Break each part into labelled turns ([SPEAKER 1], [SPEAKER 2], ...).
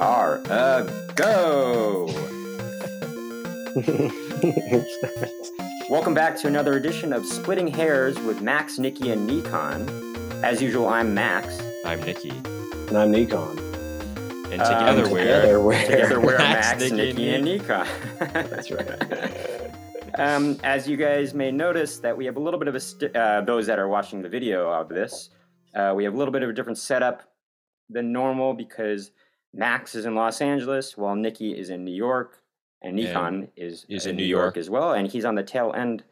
[SPEAKER 1] are a go. Welcome back to another edition of Splitting Hairs with Max, Nikki, and Nikon. As usual, I'm Max.
[SPEAKER 2] I'm Nikki,
[SPEAKER 3] and I'm Nikon.
[SPEAKER 2] and
[SPEAKER 1] Um,
[SPEAKER 2] together we're
[SPEAKER 3] Together, we're
[SPEAKER 1] Together we're Max,
[SPEAKER 2] Max,
[SPEAKER 1] Nikki,
[SPEAKER 2] Nikki,
[SPEAKER 1] and
[SPEAKER 2] and
[SPEAKER 1] Nikon.
[SPEAKER 3] That's right.
[SPEAKER 1] um, as you guys may notice, that we have a little bit of a st- uh, those that are watching the video of this, uh, we have a little bit of a different setup than normal because Max is in Los Angeles while Nikki is in New York, and
[SPEAKER 2] And
[SPEAKER 1] Nikon is
[SPEAKER 2] is
[SPEAKER 1] in New York. as well, and he's on the tail end.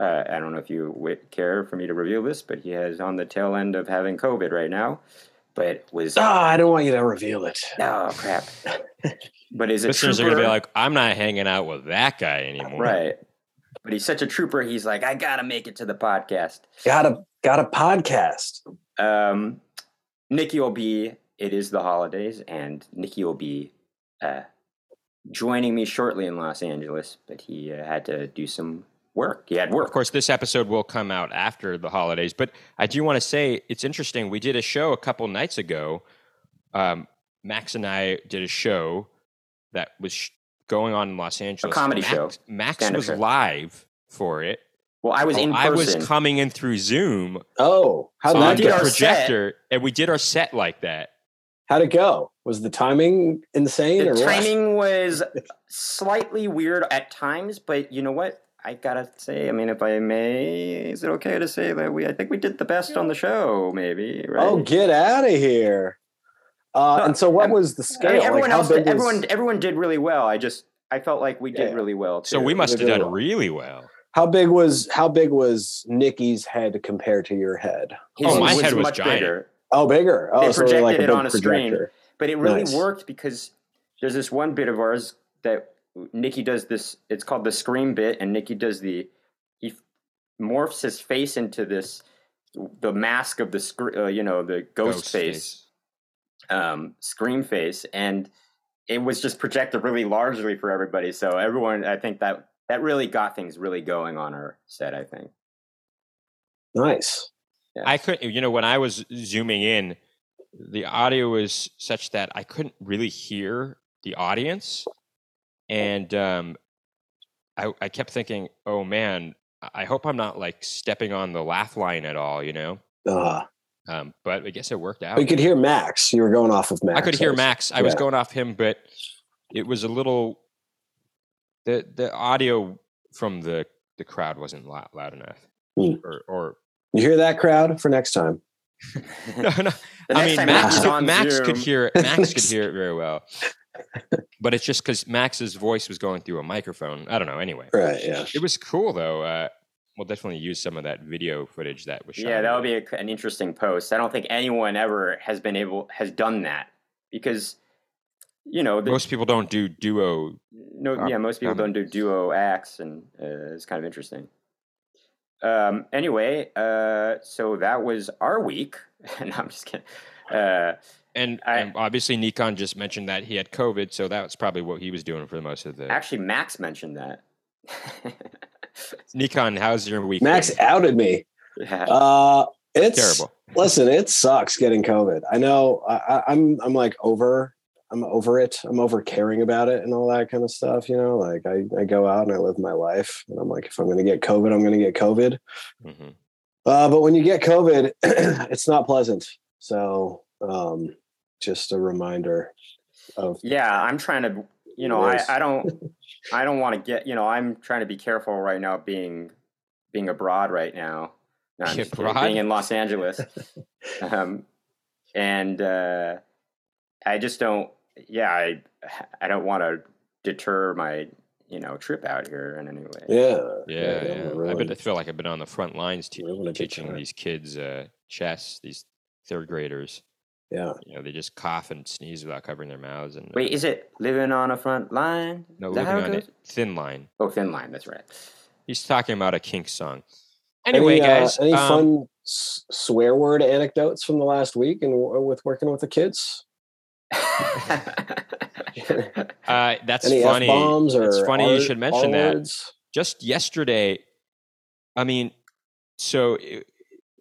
[SPEAKER 1] Uh, I don't know if you w- care for me to reveal this, but he is on the tail end of having COVID right now. But was
[SPEAKER 3] Ah, I don't want you to reveal it.
[SPEAKER 1] oh crap! But is it
[SPEAKER 2] listeners are gonna be
[SPEAKER 1] trooper.
[SPEAKER 2] like, I'm not hanging out with that guy anymore.
[SPEAKER 1] Right. But he's such a trooper. He's like, I gotta make it to the podcast.
[SPEAKER 3] Got a got a podcast.
[SPEAKER 1] Um, Nikki will be. It is the holidays, and Nikki will be uh, joining me shortly in Los Angeles. But he uh, had to do some work. He had
[SPEAKER 2] Of
[SPEAKER 1] work.
[SPEAKER 2] course, this episode will come out after the holidays, but I do want to say it's interesting. We did a show a couple nights ago. Um, Max and I did a show that was sh- going on in Los Angeles.
[SPEAKER 1] comedy
[SPEAKER 2] Max,
[SPEAKER 1] show.
[SPEAKER 2] Max
[SPEAKER 1] Stand-up
[SPEAKER 2] was
[SPEAKER 1] show.
[SPEAKER 2] live for it.
[SPEAKER 1] Well, I was in
[SPEAKER 2] Oh, I was
[SPEAKER 1] person.
[SPEAKER 2] coming in through Zoom
[SPEAKER 3] Oh, how
[SPEAKER 1] we
[SPEAKER 2] on
[SPEAKER 3] would
[SPEAKER 1] did
[SPEAKER 3] that
[SPEAKER 2] the
[SPEAKER 3] go?
[SPEAKER 1] our set.
[SPEAKER 2] projector, and we did our set like that.
[SPEAKER 3] How'd it go? Was the timing insane? or
[SPEAKER 1] the
[SPEAKER 3] what?
[SPEAKER 1] timing was slightly weird at times, but you know what? I gotta say, I mean, if I may, is it okay to say that we? I think we did the best on the show, maybe. Right?
[SPEAKER 3] Oh, get out of here! Uh,
[SPEAKER 1] No,
[SPEAKER 3] and so, what
[SPEAKER 1] I'm-
[SPEAKER 3] was the
[SPEAKER 1] I
[SPEAKER 3] scale?
[SPEAKER 1] mean, everyone
[SPEAKER 3] like, how
[SPEAKER 1] else,
[SPEAKER 3] big
[SPEAKER 1] did,
[SPEAKER 3] was-
[SPEAKER 1] everyone, everyone did really well. I just, I felt like we did
[SPEAKER 3] Yeah.
[SPEAKER 1] really well.
[SPEAKER 2] So
[SPEAKER 1] too.
[SPEAKER 2] we must
[SPEAKER 3] we
[SPEAKER 2] have
[SPEAKER 3] did
[SPEAKER 2] done
[SPEAKER 3] well.
[SPEAKER 2] really well.
[SPEAKER 3] How big was how big was Nikki's head compared to your head?
[SPEAKER 1] His
[SPEAKER 3] Oh, my
[SPEAKER 2] head was
[SPEAKER 1] much
[SPEAKER 2] giant.
[SPEAKER 1] bigger,
[SPEAKER 3] Oh, bigger. Oh,
[SPEAKER 1] They
[SPEAKER 3] so they're like
[SPEAKER 1] projected
[SPEAKER 3] a
[SPEAKER 1] it
[SPEAKER 3] big
[SPEAKER 1] on a screen.
[SPEAKER 3] projector.
[SPEAKER 1] but it really
[SPEAKER 3] Nice.
[SPEAKER 1] worked because there's this one bit of ours that Nikki does this. It's called the scream bit, and Nikki does the. He morphs his face into this, the mask of the scr- uh, you know, the ghost, face, um, scream face, and it was just projected really largely for everybody. So everyone, I think that that really got things really going on our set. I think.
[SPEAKER 3] Nice.
[SPEAKER 2] I couldn't, you know, when I was zooming in, the audio was such that I couldn't really hear the audience.
[SPEAKER 3] Oh.
[SPEAKER 2] And um, I, I kept thinking, oh man, I- I hope I'm not like stepping on the laugh line at all, you know?
[SPEAKER 3] Uh,
[SPEAKER 2] Um, but I guess it worked out.
[SPEAKER 3] but you could hear Max. You were going off of Max.
[SPEAKER 2] I could hear Max. I was
[SPEAKER 3] yeah.
[SPEAKER 2] going off him, but it was a little, the, the audio from the, the crowd wasn't loud, loud enough.
[SPEAKER 3] Hmm.
[SPEAKER 2] Or, or
[SPEAKER 3] You hear that crowd for next time.
[SPEAKER 2] no, no,
[SPEAKER 1] The
[SPEAKER 2] I
[SPEAKER 1] next
[SPEAKER 2] mean,
[SPEAKER 1] time
[SPEAKER 2] Max,
[SPEAKER 1] he's
[SPEAKER 2] could,
[SPEAKER 1] on
[SPEAKER 2] Max
[SPEAKER 1] Zoom-
[SPEAKER 2] could hear it. Max could
[SPEAKER 3] Next-
[SPEAKER 2] hear it very well, but it's just because Max's voice was going through a microphone. I don't know. Anyway,
[SPEAKER 3] Right. Yeah.
[SPEAKER 2] it was cool though. Uh, we'll definitely use some of that video footage that was shot.
[SPEAKER 1] Yeah, that
[SPEAKER 2] of
[SPEAKER 1] would
[SPEAKER 2] it.
[SPEAKER 1] be a, an interesting post. I don't think anyone ever has been able has done that because you know the,
[SPEAKER 2] Most people don't do duo.
[SPEAKER 1] no
[SPEAKER 2] com-
[SPEAKER 1] yeah most people don't do duo acts and uh, it's kind of interesting. Um, anyway, uh, so that was our week. no, I'm just kidding. Uh,
[SPEAKER 2] And,
[SPEAKER 1] I-
[SPEAKER 2] and obviously, Nikon just mentioned that he had COVID, so that's probably what he was doing for the most of the.
[SPEAKER 1] actually, Max mentioned that.
[SPEAKER 2] Nikon, how's your week?
[SPEAKER 3] Max
[SPEAKER 2] been?
[SPEAKER 3] outed me.
[SPEAKER 1] yeah.
[SPEAKER 3] Uh, it's
[SPEAKER 2] terrible.
[SPEAKER 3] Listen, it sucks getting COVID. I know. I, I, I'm. I'm like over. I'm over it. I'm over caring about it and all that kind of stuff. You know, like I, I go out and I live my life, and I'm like, if I'm going to get COVID, I'm going to get COVID.
[SPEAKER 2] hmm
[SPEAKER 3] Uh, but when you get COVID, it's not pleasant. So, um, just a reminder of
[SPEAKER 1] yeah i'm trying to you know I,
[SPEAKER 3] Worse.
[SPEAKER 1] I don't i don't want to get you know i'm trying to be careful right now being being abroad right now No, I'm just kidding,
[SPEAKER 2] Abroad?
[SPEAKER 1] being in los angeles um, and uh, i just don't yeah i i don't want to deter my you know trip out here in any way
[SPEAKER 3] yeah,
[SPEAKER 2] Yeah,
[SPEAKER 3] yeah,
[SPEAKER 2] yeah.
[SPEAKER 3] we're
[SPEAKER 2] I, bet, I
[SPEAKER 3] ruined.
[SPEAKER 2] feel like I've been on the front lines te-
[SPEAKER 3] Ruined a big
[SPEAKER 2] teaching
[SPEAKER 3] time.
[SPEAKER 2] these kids uh, chess, these third graders.
[SPEAKER 3] yeah.
[SPEAKER 2] you know, they just cough and sneeze without covering their mouths. And uh,
[SPEAKER 1] wait is it living on a front line
[SPEAKER 2] no,
[SPEAKER 1] Is that how
[SPEAKER 2] living on
[SPEAKER 1] it
[SPEAKER 2] a
[SPEAKER 1] goes?
[SPEAKER 2] thin line.
[SPEAKER 1] oh thin line that's right
[SPEAKER 2] He's talking about a kink song. Anyway,
[SPEAKER 3] any, uh,
[SPEAKER 2] guys,
[SPEAKER 3] any
[SPEAKER 2] um,
[SPEAKER 3] fun s- swear word anecdotes from the last week and w- with working with the kids?
[SPEAKER 2] uh, that's
[SPEAKER 3] any
[SPEAKER 2] funny.
[SPEAKER 3] bombs or
[SPEAKER 2] it's funny you
[SPEAKER 3] R-
[SPEAKER 2] should mention that.
[SPEAKER 3] R-words?
[SPEAKER 2] Just yesterday, I mean, so i-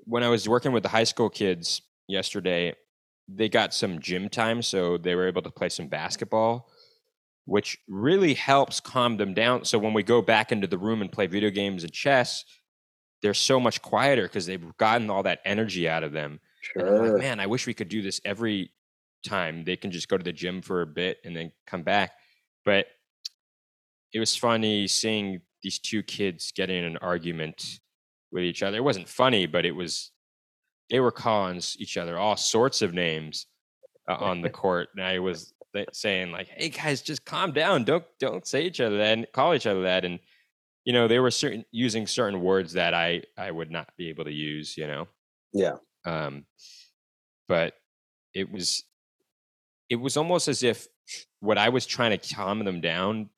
[SPEAKER 2] when I was working with the high school kids yesterday, they got some gym time, so they were able to play some basketball, which really helps calm them down. So when we go back into the room and play video games and chess, they're so much quieter because they've gotten all that energy out of them. And I'm like,
[SPEAKER 3] Sure.
[SPEAKER 2] man, I wish we could do this every time. They can just go to the gym for a bit and then come back. But it was funny seeing these two kids get in an argument with each other. It wasn't funny, but it was they were calling s- each other all sorts of names uh, on the court, and I was th- saying like, "Hey guys, just calm down. Don't don't say each other that. And call each other that." And you know, they were certain using certain words that I I would not be able to use. You know
[SPEAKER 3] Yeah.
[SPEAKER 2] um, but it was it was almost as if what I was trying to calm them down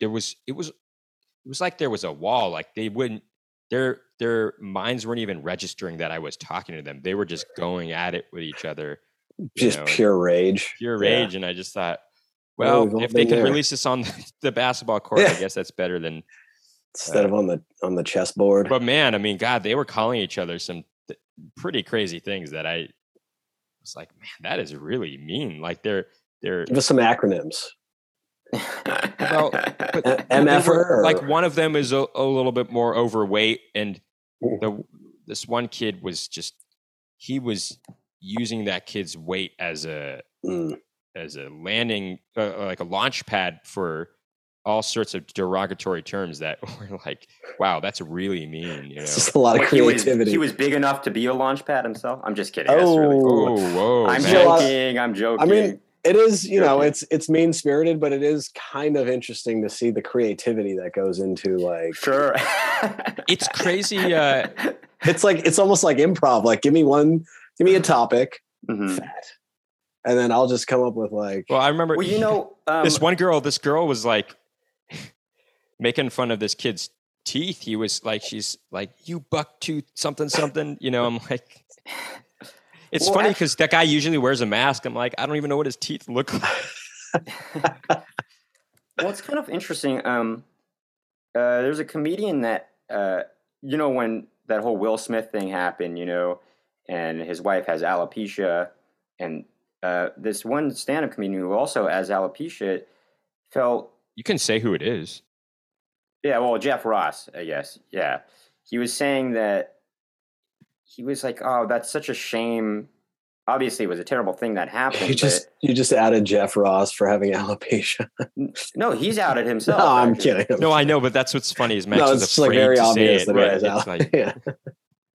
[SPEAKER 2] there was it was it was like there was a wall like they wouldn't their their minds weren't even registering that I was talking to them they were just going at it with each other
[SPEAKER 3] Just
[SPEAKER 2] know,
[SPEAKER 3] pure rage.
[SPEAKER 2] pure
[SPEAKER 3] Yeah.
[SPEAKER 2] rage and I just thought
[SPEAKER 3] Well,
[SPEAKER 2] well
[SPEAKER 3] we've all
[SPEAKER 2] if they
[SPEAKER 3] been
[SPEAKER 2] could
[SPEAKER 3] there.
[SPEAKER 2] release this on the, the basketball court I
[SPEAKER 3] Yeah.
[SPEAKER 2] guess that's better than
[SPEAKER 3] Instead of on the on the chessboard.
[SPEAKER 2] But man, I mean, God, they were calling each other some th- pretty crazy things that I was like, man, that is really mean. Like they're they're
[SPEAKER 3] Give us some acronyms.
[SPEAKER 1] well,
[SPEAKER 2] but
[SPEAKER 3] Uh,
[SPEAKER 2] they were-
[SPEAKER 3] MFR.
[SPEAKER 2] like one of them is a, a little bit more overweight, and the this one kid was just he was using that kid's weight as a
[SPEAKER 3] Mm,
[SPEAKER 2] as a landing uh, uh, like a launch pad for all sorts of derogatory terms that were like, wow, that's really mean. You know?
[SPEAKER 3] It's just a lot of
[SPEAKER 1] Wait, he was,
[SPEAKER 3] creativity.
[SPEAKER 1] he was big enough to be a launch pad himself. I'm just kidding. That's really
[SPEAKER 3] oh,
[SPEAKER 2] Oh, whoa!
[SPEAKER 1] I'm
[SPEAKER 2] man.
[SPEAKER 3] feel like-
[SPEAKER 1] joking. I'm joking.
[SPEAKER 3] I mean, it is. You know,
[SPEAKER 1] Joking.
[SPEAKER 3] it's it's mean spirited, but it is kind of interesting to see the creativity that goes into like
[SPEAKER 1] sure.
[SPEAKER 2] it's crazy. Uh,
[SPEAKER 3] it's like it's almost like improv. Like, give me one, give me a topic,
[SPEAKER 1] Mhm.
[SPEAKER 3] fat, and then I'll just come up with like.
[SPEAKER 2] well, I remember
[SPEAKER 1] Well, you know, um,
[SPEAKER 2] this one girl. This girl was like making fun of this kid's teeth. He was like, she's like, you buck tooth something something. You know, I'm like, it's
[SPEAKER 1] Well,
[SPEAKER 2] funny because that guy usually wears a mask. I'm like, I don't even know what his teeth look like.
[SPEAKER 1] Well, it's kind of interesting. Um, uh, there's a comedian that uh, you know when that whole Will Smith thing happened, you know, and his wife has alopecia, and uh, this one stand-up comedian who also has alopecia felt
[SPEAKER 2] You can say who it is.
[SPEAKER 1] yeah, well, Jeff Ross, I guess. Yeah. He was saying that he was like, oh, that's such a shame. Obviously, it was a terrible thing that happened.
[SPEAKER 3] You just you just added Jeff Ross for having alopecia.
[SPEAKER 1] but- no, he's outed
[SPEAKER 3] No,
[SPEAKER 1] himself.
[SPEAKER 3] I'm
[SPEAKER 1] actually.
[SPEAKER 3] kidding.
[SPEAKER 2] Oh, No, I know, but that's what's funny is Max
[SPEAKER 3] no,
[SPEAKER 2] is
[SPEAKER 3] it's just like
[SPEAKER 2] afraid
[SPEAKER 3] very
[SPEAKER 2] to
[SPEAKER 3] obvious
[SPEAKER 2] say
[SPEAKER 3] that
[SPEAKER 2] it. right?
[SPEAKER 3] it has
[SPEAKER 2] It's like,
[SPEAKER 3] alopecia.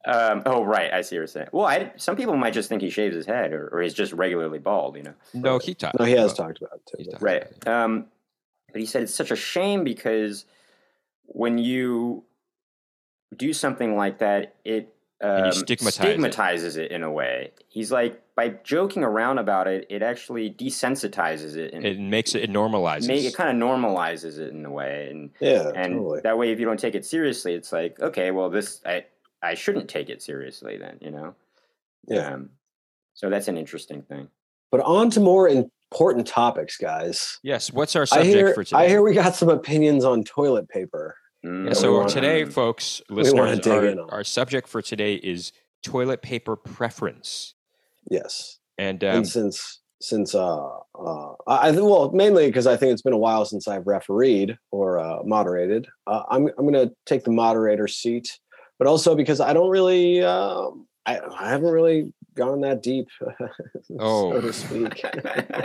[SPEAKER 1] Um, oh, right. I see what you're saying. Well, I, some people might just think he shaves his head or, or he's just regularly bald, you know?
[SPEAKER 2] no, he talked.
[SPEAKER 3] no, he has
[SPEAKER 2] about it.
[SPEAKER 3] talked about it too.
[SPEAKER 2] He's
[SPEAKER 3] but-
[SPEAKER 2] talked about
[SPEAKER 1] Right.
[SPEAKER 2] it.
[SPEAKER 1] Um, but he said it's such a shame because when you do something like that, it
[SPEAKER 2] you
[SPEAKER 1] um,
[SPEAKER 2] stigmatize it.
[SPEAKER 1] stigmatizes it. in a way. He's like by joking around about it, it actually desensitizes it and
[SPEAKER 2] It makes it. It
[SPEAKER 1] ma-
[SPEAKER 2] normalizes.
[SPEAKER 1] it kind of normalizes it in a way. And
[SPEAKER 3] Yeah,
[SPEAKER 1] and
[SPEAKER 3] totally.
[SPEAKER 1] that way, if you don't take it seriously, it's like okay, well, this I I shouldn't take it seriously then, you know.
[SPEAKER 3] Yeah.
[SPEAKER 1] Um, so that's an interesting thing.
[SPEAKER 3] But on to more important topics, guys.
[SPEAKER 2] yes. What's our
[SPEAKER 3] I
[SPEAKER 2] subject
[SPEAKER 3] hear,
[SPEAKER 2] for today?
[SPEAKER 3] I hear we got some opinions on toilet paper.
[SPEAKER 1] Mm.
[SPEAKER 2] Yeah,
[SPEAKER 3] that we
[SPEAKER 2] so
[SPEAKER 3] wanna-
[SPEAKER 2] today, folks,
[SPEAKER 3] wanna
[SPEAKER 2] listeners,
[SPEAKER 3] dig
[SPEAKER 2] our,
[SPEAKER 3] in on.
[SPEAKER 2] our subject for today is toilet paper preference.
[SPEAKER 3] Yes,
[SPEAKER 2] And um,
[SPEAKER 3] and since since uh, uh I I think well mainly because I think it's been a while since I've refereed or uh, moderated. Uh, I'm I'm gonna take the moderator seat, but also because I don't really um, I I haven't really gone that deep,
[SPEAKER 2] Oh.
[SPEAKER 3] so to speak.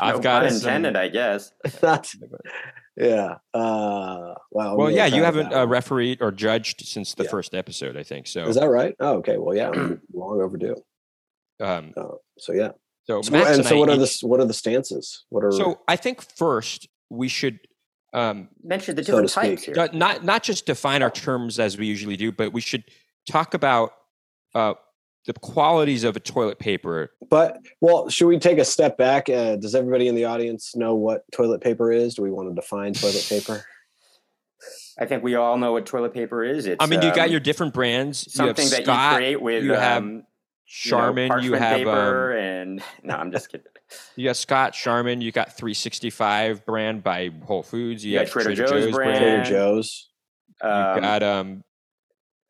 [SPEAKER 2] I've
[SPEAKER 1] no
[SPEAKER 2] got
[SPEAKER 1] pun
[SPEAKER 2] some-
[SPEAKER 1] intended, I guess.
[SPEAKER 3] Not, yeah. Uh, wow. I'm
[SPEAKER 2] well,
[SPEAKER 3] really
[SPEAKER 2] yeah,
[SPEAKER 3] proud
[SPEAKER 2] you
[SPEAKER 3] of
[SPEAKER 2] haven't
[SPEAKER 3] that
[SPEAKER 2] uh,
[SPEAKER 3] one.
[SPEAKER 2] refereed or judged since the
[SPEAKER 3] Yeah.
[SPEAKER 2] first episode, I think. So,
[SPEAKER 3] Is that right? Oh, okay. Well, yeah, I'm long overdue.
[SPEAKER 2] um,
[SPEAKER 3] Uh, so yeah.
[SPEAKER 2] so,
[SPEAKER 3] So,
[SPEAKER 2] Max
[SPEAKER 3] and,
[SPEAKER 2] and
[SPEAKER 3] so,
[SPEAKER 2] I
[SPEAKER 3] what are
[SPEAKER 2] each-
[SPEAKER 3] the s- what are the stances? What are
[SPEAKER 2] So, I think first we should um,
[SPEAKER 1] Mention the
[SPEAKER 3] So to
[SPEAKER 1] different types
[SPEAKER 3] speak.
[SPEAKER 1] here.
[SPEAKER 2] d- not not just define our terms as we usually do, but we should talk about uh, the qualities of a toilet paper.
[SPEAKER 3] But well, should we take a step back? Uh, does everybody in the audience know what toilet paper is? Do we want to define toilet paper?
[SPEAKER 1] I think we all know what toilet paper is. It's
[SPEAKER 2] I mean, you got
[SPEAKER 1] um,
[SPEAKER 2] your different brands. You have
[SPEAKER 1] something that
[SPEAKER 2] Scott,
[SPEAKER 1] you create with
[SPEAKER 2] you have
[SPEAKER 1] um, you know,
[SPEAKER 2] Charmin. You,
[SPEAKER 1] parchment
[SPEAKER 2] have um,
[SPEAKER 1] paper and no, I'm just kidding.
[SPEAKER 2] You got Scott Sharman. You got 365 brand by Whole Foods. You,
[SPEAKER 1] You
[SPEAKER 2] got
[SPEAKER 1] got Trader Joe's brand.
[SPEAKER 3] Trader
[SPEAKER 1] And-
[SPEAKER 3] Joe's.
[SPEAKER 1] Um,
[SPEAKER 2] You got um,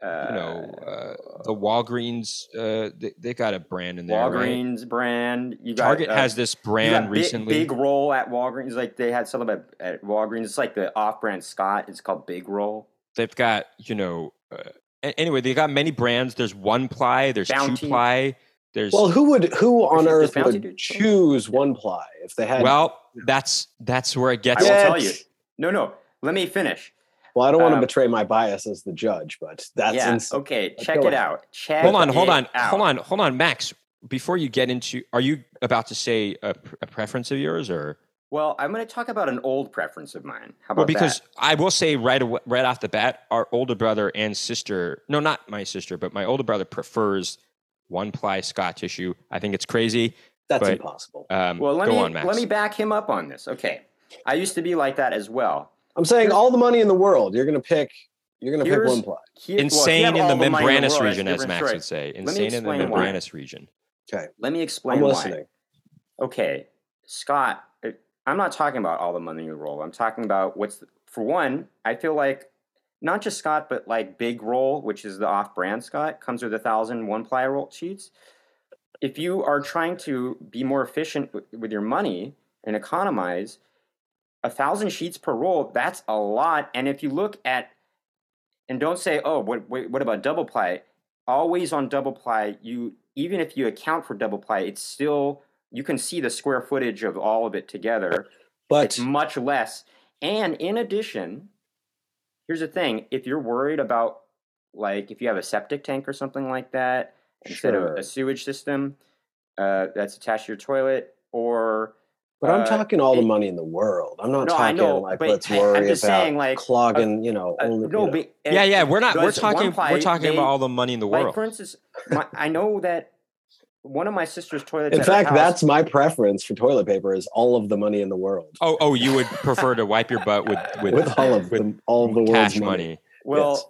[SPEAKER 1] uh,
[SPEAKER 2] you know, uh, the Walgreens. Uh, they, they got a brand in there. right?
[SPEAKER 1] Walgreens brand. You got,
[SPEAKER 2] Target
[SPEAKER 1] uh,
[SPEAKER 2] has this
[SPEAKER 1] you
[SPEAKER 2] brand
[SPEAKER 1] got big-
[SPEAKER 2] recently.
[SPEAKER 1] Big Roll at Walgreens. Like they had something at, at Walgreens. It's like the off-brand Scott. It's called Big Roll.
[SPEAKER 2] They've got you know. Uh, a- anyway, they got many brands. There's one ply. There's
[SPEAKER 1] Bounty.
[SPEAKER 2] two ply. There's
[SPEAKER 3] Well,
[SPEAKER 2] well,
[SPEAKER 3] who would who on
[SPEAKER 1] Versus
[SPEAKER 3] earth
[SPEAKER 1] Bounty
[SPEAKER 3] would
[SPEAKER 1] Dude.
[SPEAKER 3] choose one ply if they had?
[SPEAKER 2] that's that's where it
[SPEAKER 1] I
[SPEAKER 2] gets.
[SPEAKER 1] will
[SPEAKER 3] Yeah.
[SPEAKER 1] tell you. No, no. Let me finish.
[SPEAKER 3] well, I don't want to
[SPEAKER 1] um,
[SPEAKER 3] betray my bias as the judge, but that's
[SPEAKER 1] yeah.
[SPEAKER 3] ins-
[SPEAKER 1] okay.
[SPEAKER 3] Let's
[SPEAKER 1] Check
[SPEAKER 3] go
[SPEAKER 1] it
[SPEAKER 3] on.
[SPEAKER 1] out. Check.
[SPEAKER 2] Hold on, hold
[SPEAKER 1] it
[SPEAKER 2] on,
[SPEAKER 1] out.
[SPEAKER 2] hold on, hold on, Max. Before you get into, are you about to say a, pr- a preference of yours or?
[SPEAKER 1] Well, I'm going to talk about an old preference of mine. How about
[SPEAKER 2] Well, because
[SPEAKER 1] that?
[SPEAKER 2] I will say right away, right off the bat, our older brother and sister, no, not my sister, but my older brother prefers one ply Scotch issue. I think it's crazy.
[SPEAKER 3] that's
[SPEAKER 2] but-
[SPEAKER 3] impossible.
[SPEAKER 2] Um,
[SPEAKER 1] Well, let
[SPEAKER 2] go
[SPEAKER 1] me
[SPEAKER 2] on, Max.
[SPEAKER 1] let me back him up on this. Okay. I used to be like that as well.
[SPEAKER 3] I'm saying all the money in the world, you're gonna pick. You're gonna pick
[SPEAKER 1] Here's-
[SPEAKER 3] one ply.
[SPEAKER 1] He- well, if you
[SPEAKER 2] Insane
[SPEAKER 1] have
[SPEAKER 2] in
[SPEAKER 1] all
[SPEAKER 2] the
[SPEAKER 1] money in the
[SPEAKER 2] membranous
[SPEAKER 1] world, that's
[SPEAKER 2] region, as
[SPEAKER 1] different
[SPEAKER 2] Max
[SPEAKER 1] story.
[SPEAKER 2] would say.
[SPEAKER 1] me
[SPEAKER 2] Insane in the
[SPEAKER 1] explain why.
[SPEAKER 2] membranous region.
[SPEAKER 1] Let me
[SPEAKER 3] I'm
[SPEAKER 1] explain why.
[SPEAKER 3] listening.
[SPEAKER 1] okay, Scott, uh, I'm not talking about all the money you roll. I'm talking about what's for one. I feel like not just Scott, but like Big Roll, which is the off-brand Scott, comes with a thousand one-ply roll sheets. If you are trying to be more efficient with, with your money and economize, a thousand sheets per roll, that's a lot. And if you look at, and don't say, oh, what, what, what about double ply? Always on double ply, you even if you account for double ply, it's still you can see the square footage of all of it together.
[SPEAKER 3] But
[SPEAKER 1] It's much less. And in addition, here's the thing: if you're worried about like if you have a septic tank or something like that instead
[SPEAKER 3] sure.
[SPEAKER 1] of a sewage system uh, that's attached to your toilet, or
[SPEAKER 3] But I'm
[SPEAKER 1] Uh,
[SPEAKER 3] talking all the
[SPEAKER 1] it-
[SPEAKER 3] money in the world. I'm not
[SPEAKER 1] No, I
[SPEAKER 3] talking
[SPEAKER 1] know,
[SPEAKER 3] like
[SPEAKER 1] but
[SPEAKER 3] let's
[SPEAKER 1] I- I'm
[SPEAKER 3] worry about
[SPEAKER 1] just saying, like,
[SPEAKER 3] clogging. you know,
[SPEAKER 1] uh,
[SPEAKER 3] only, you
[SPEAKER 1] no,
[SPEAKER 3] know.
[SPEAKER 1] but-
[SPEAKER 2] yeah,
[SPEAKER 1] and-
[SPEAKER 2] yeah, we're not. We're
[SPEAKER 1] because one
[SPEAKER 2] talking.
[SPEAKER 1] ply,
[SPEAKER 2] we're talking
[SPEAKER 1] they-
[SPEAKER 2] about all the money in the
[SPEAKER 1] Like
[SPEAKER 2] world.
[SPEAKER 1] for instance, my, I know that one of my sister's toilets.
[SPEAKER 3] in
[SPEAKER 1] at her
[SPEAKER 3] fact,
[SPEAKER 1] house-
[SPEAKER 3] that's my preference for toilet paper is all of the money in the world
[SPEAKER 2] oh, oh, you would prefer to wipe your butt with with,
[SPEAKER 3] with all of
[SPEAKER 2] with
[SPEAKER 3] them, all of the world's
[SPEAKER 2] cash
[SPEAKER 3] money.
[SPEAKER 2] money.
[SPEAKER 1] Well,
[SPEAKER 3] Yes.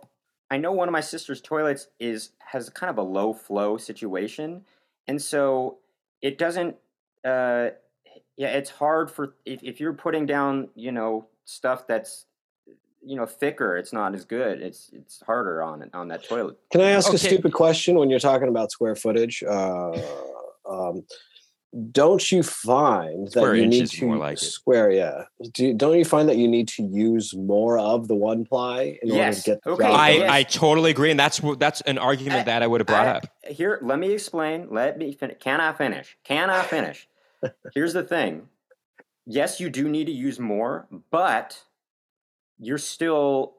[SPEAKER 1] I know one of my sister's toilets is has kind of a low flow situation, and so it doesn't. Uh, yeah, it's hard for if, if you're putting down you know stuff that's you know thicker, it's not as good. It's it's harder on on that toilet.
[SPEAKER 3] Can I ask
[SPEAKER 2] Okay.
[SPEAKER 3] a stupid question when you're talking about square footage? Uh, um, don't you find
[SPEAKER 2] Square
[SPEAKER 3] that you need
[SPEAKER 2] inches
[SPEAKER 3] to
[SPEAKER 2] more like it.
[SPEAKER 3] square? Yeah. Do you, don't you find that you need to use more of the one ply in order
[SPEAKER 1] Yes.
[SPEAKER 3] to get the
[SPEAKER 1] Okay.
[SPEAKER 3] job
[SPEAKER 2] I,
[SPEAKER 3] done?
[SPEAKER 1] yes.
[SPEAKER 2] I totally agree, and that's what that's an argument
[SPEAKER 1] I-
[SPEAKER 2] that I would have brought
[SPEAKER 1] I-
[SPEAKER 2] up.
[SPEAKER 1] Here, let me explain. Let me finish. Can I finish? Can I finish? Here's the thing. Yes, you do need to use more, but you're still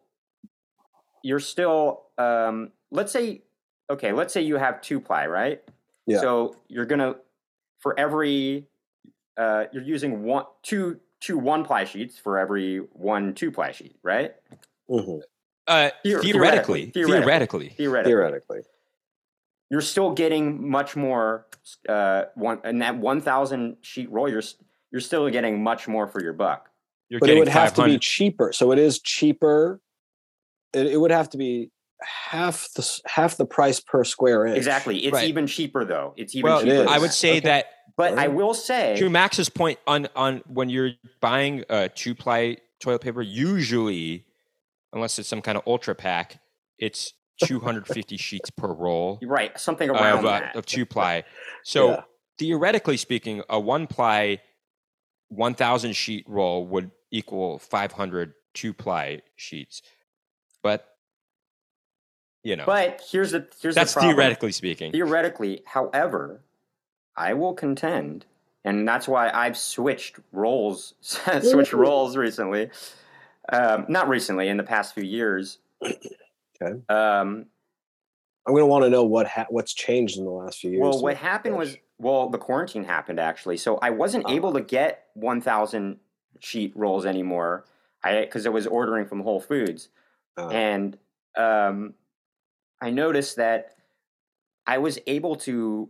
[SPEAKER 1] you're still um let's say okay, let's say you have two ply, right?
[SPEAKER 3] Yeah.
[SPEAKER 1] So you're going to for every uh you're using one two two one ply sheets for every one two ply sheet, right?
[SPEAKER 3] Mhm,
[SPEAKER 2] Uh,
[SPEAKER 1] Theor-
[SPEAKER 2] theoretically,
[SPEAKER 1] theoretically,
[SPEAKER 2] theoretically,
[SPEAKER 1] Theoretically.
[SPEAKER 3] Theoretically,
[SPEAKER 1] you're still getting much more uh, one and that 1000 sheet roll you're s- you're still getting much more for your buck
[SPEAKER 2] you're
[SPEAKER 3] but it
[SPEAKER 2] getting
[SPEAKER 3] would have to be
[SPEAKER 2] 500.
[SPEAKER 3] cheaper. So it is cheaper. It, it would have to be half the s- half the price per square inch.
[SPEAKER 1] exactly it's
[SPEAKER 2] Right.
[SPEAKER 1] even cheaper though it's even
[SPEAKER 2] Well,
[SPEAKER 3] It
[SPEAKER 1] cheaper
[SPEAKER 3] is.
[SPEAKER 1] than
[SPEAKER 2] I would
[SPEAKER 1] that.
[SPEAKER 2] say
[SPEAKER 3] Okay.
[SPEAKER 2] that
[SPEAKER 1] but i
[SPEAKER 3] Alright.
[SPEAKER 1] will say
[SPEAKER 2] to Max's point on on when you're buying uh, two ply toilet paper, usually, unless it's some kind of ultra pack, it's 250 sheets per roll
[SPEAKER 1] you're right something around
[SPEAKER 2] of, uh,
[SPEAKER 1] that
[SPEAKER 2] of two ply. So
[SPEAKER 3] Yeah.
[SPEAKER 2] theoretically speaking, a one ply, 1,000 sheet roll would equal 500 two ply sheets, but you know
[SPEAKER 1] but here's the here's
[SPEAKER 2] that's
[SPEAKER 1] the problem.
[SPEAKER 2] theoretically speaking.
[SPEAKER 1] theoretically however i will contend and that's why i've switched roles switched roles recently um, not recently in the past few years
[SPEAKER 3] Okay.
[SPEAKER 1] um,
[SPEAKER 3] I'm going to want to know what ha- what's changed in the last few years.
[SPEAKER 1] Well, what happened was, well, the quarantine happened actually, so I wasn't
[SPEAKER 3] Ah.
[SPEAKER 1] able to get 1,000 sheet rolls anymore. I because I was ordering from Whole Foods,
[SPEAKER 3] Ah.
[SPEAKER 1] and um, I noticed that I was able to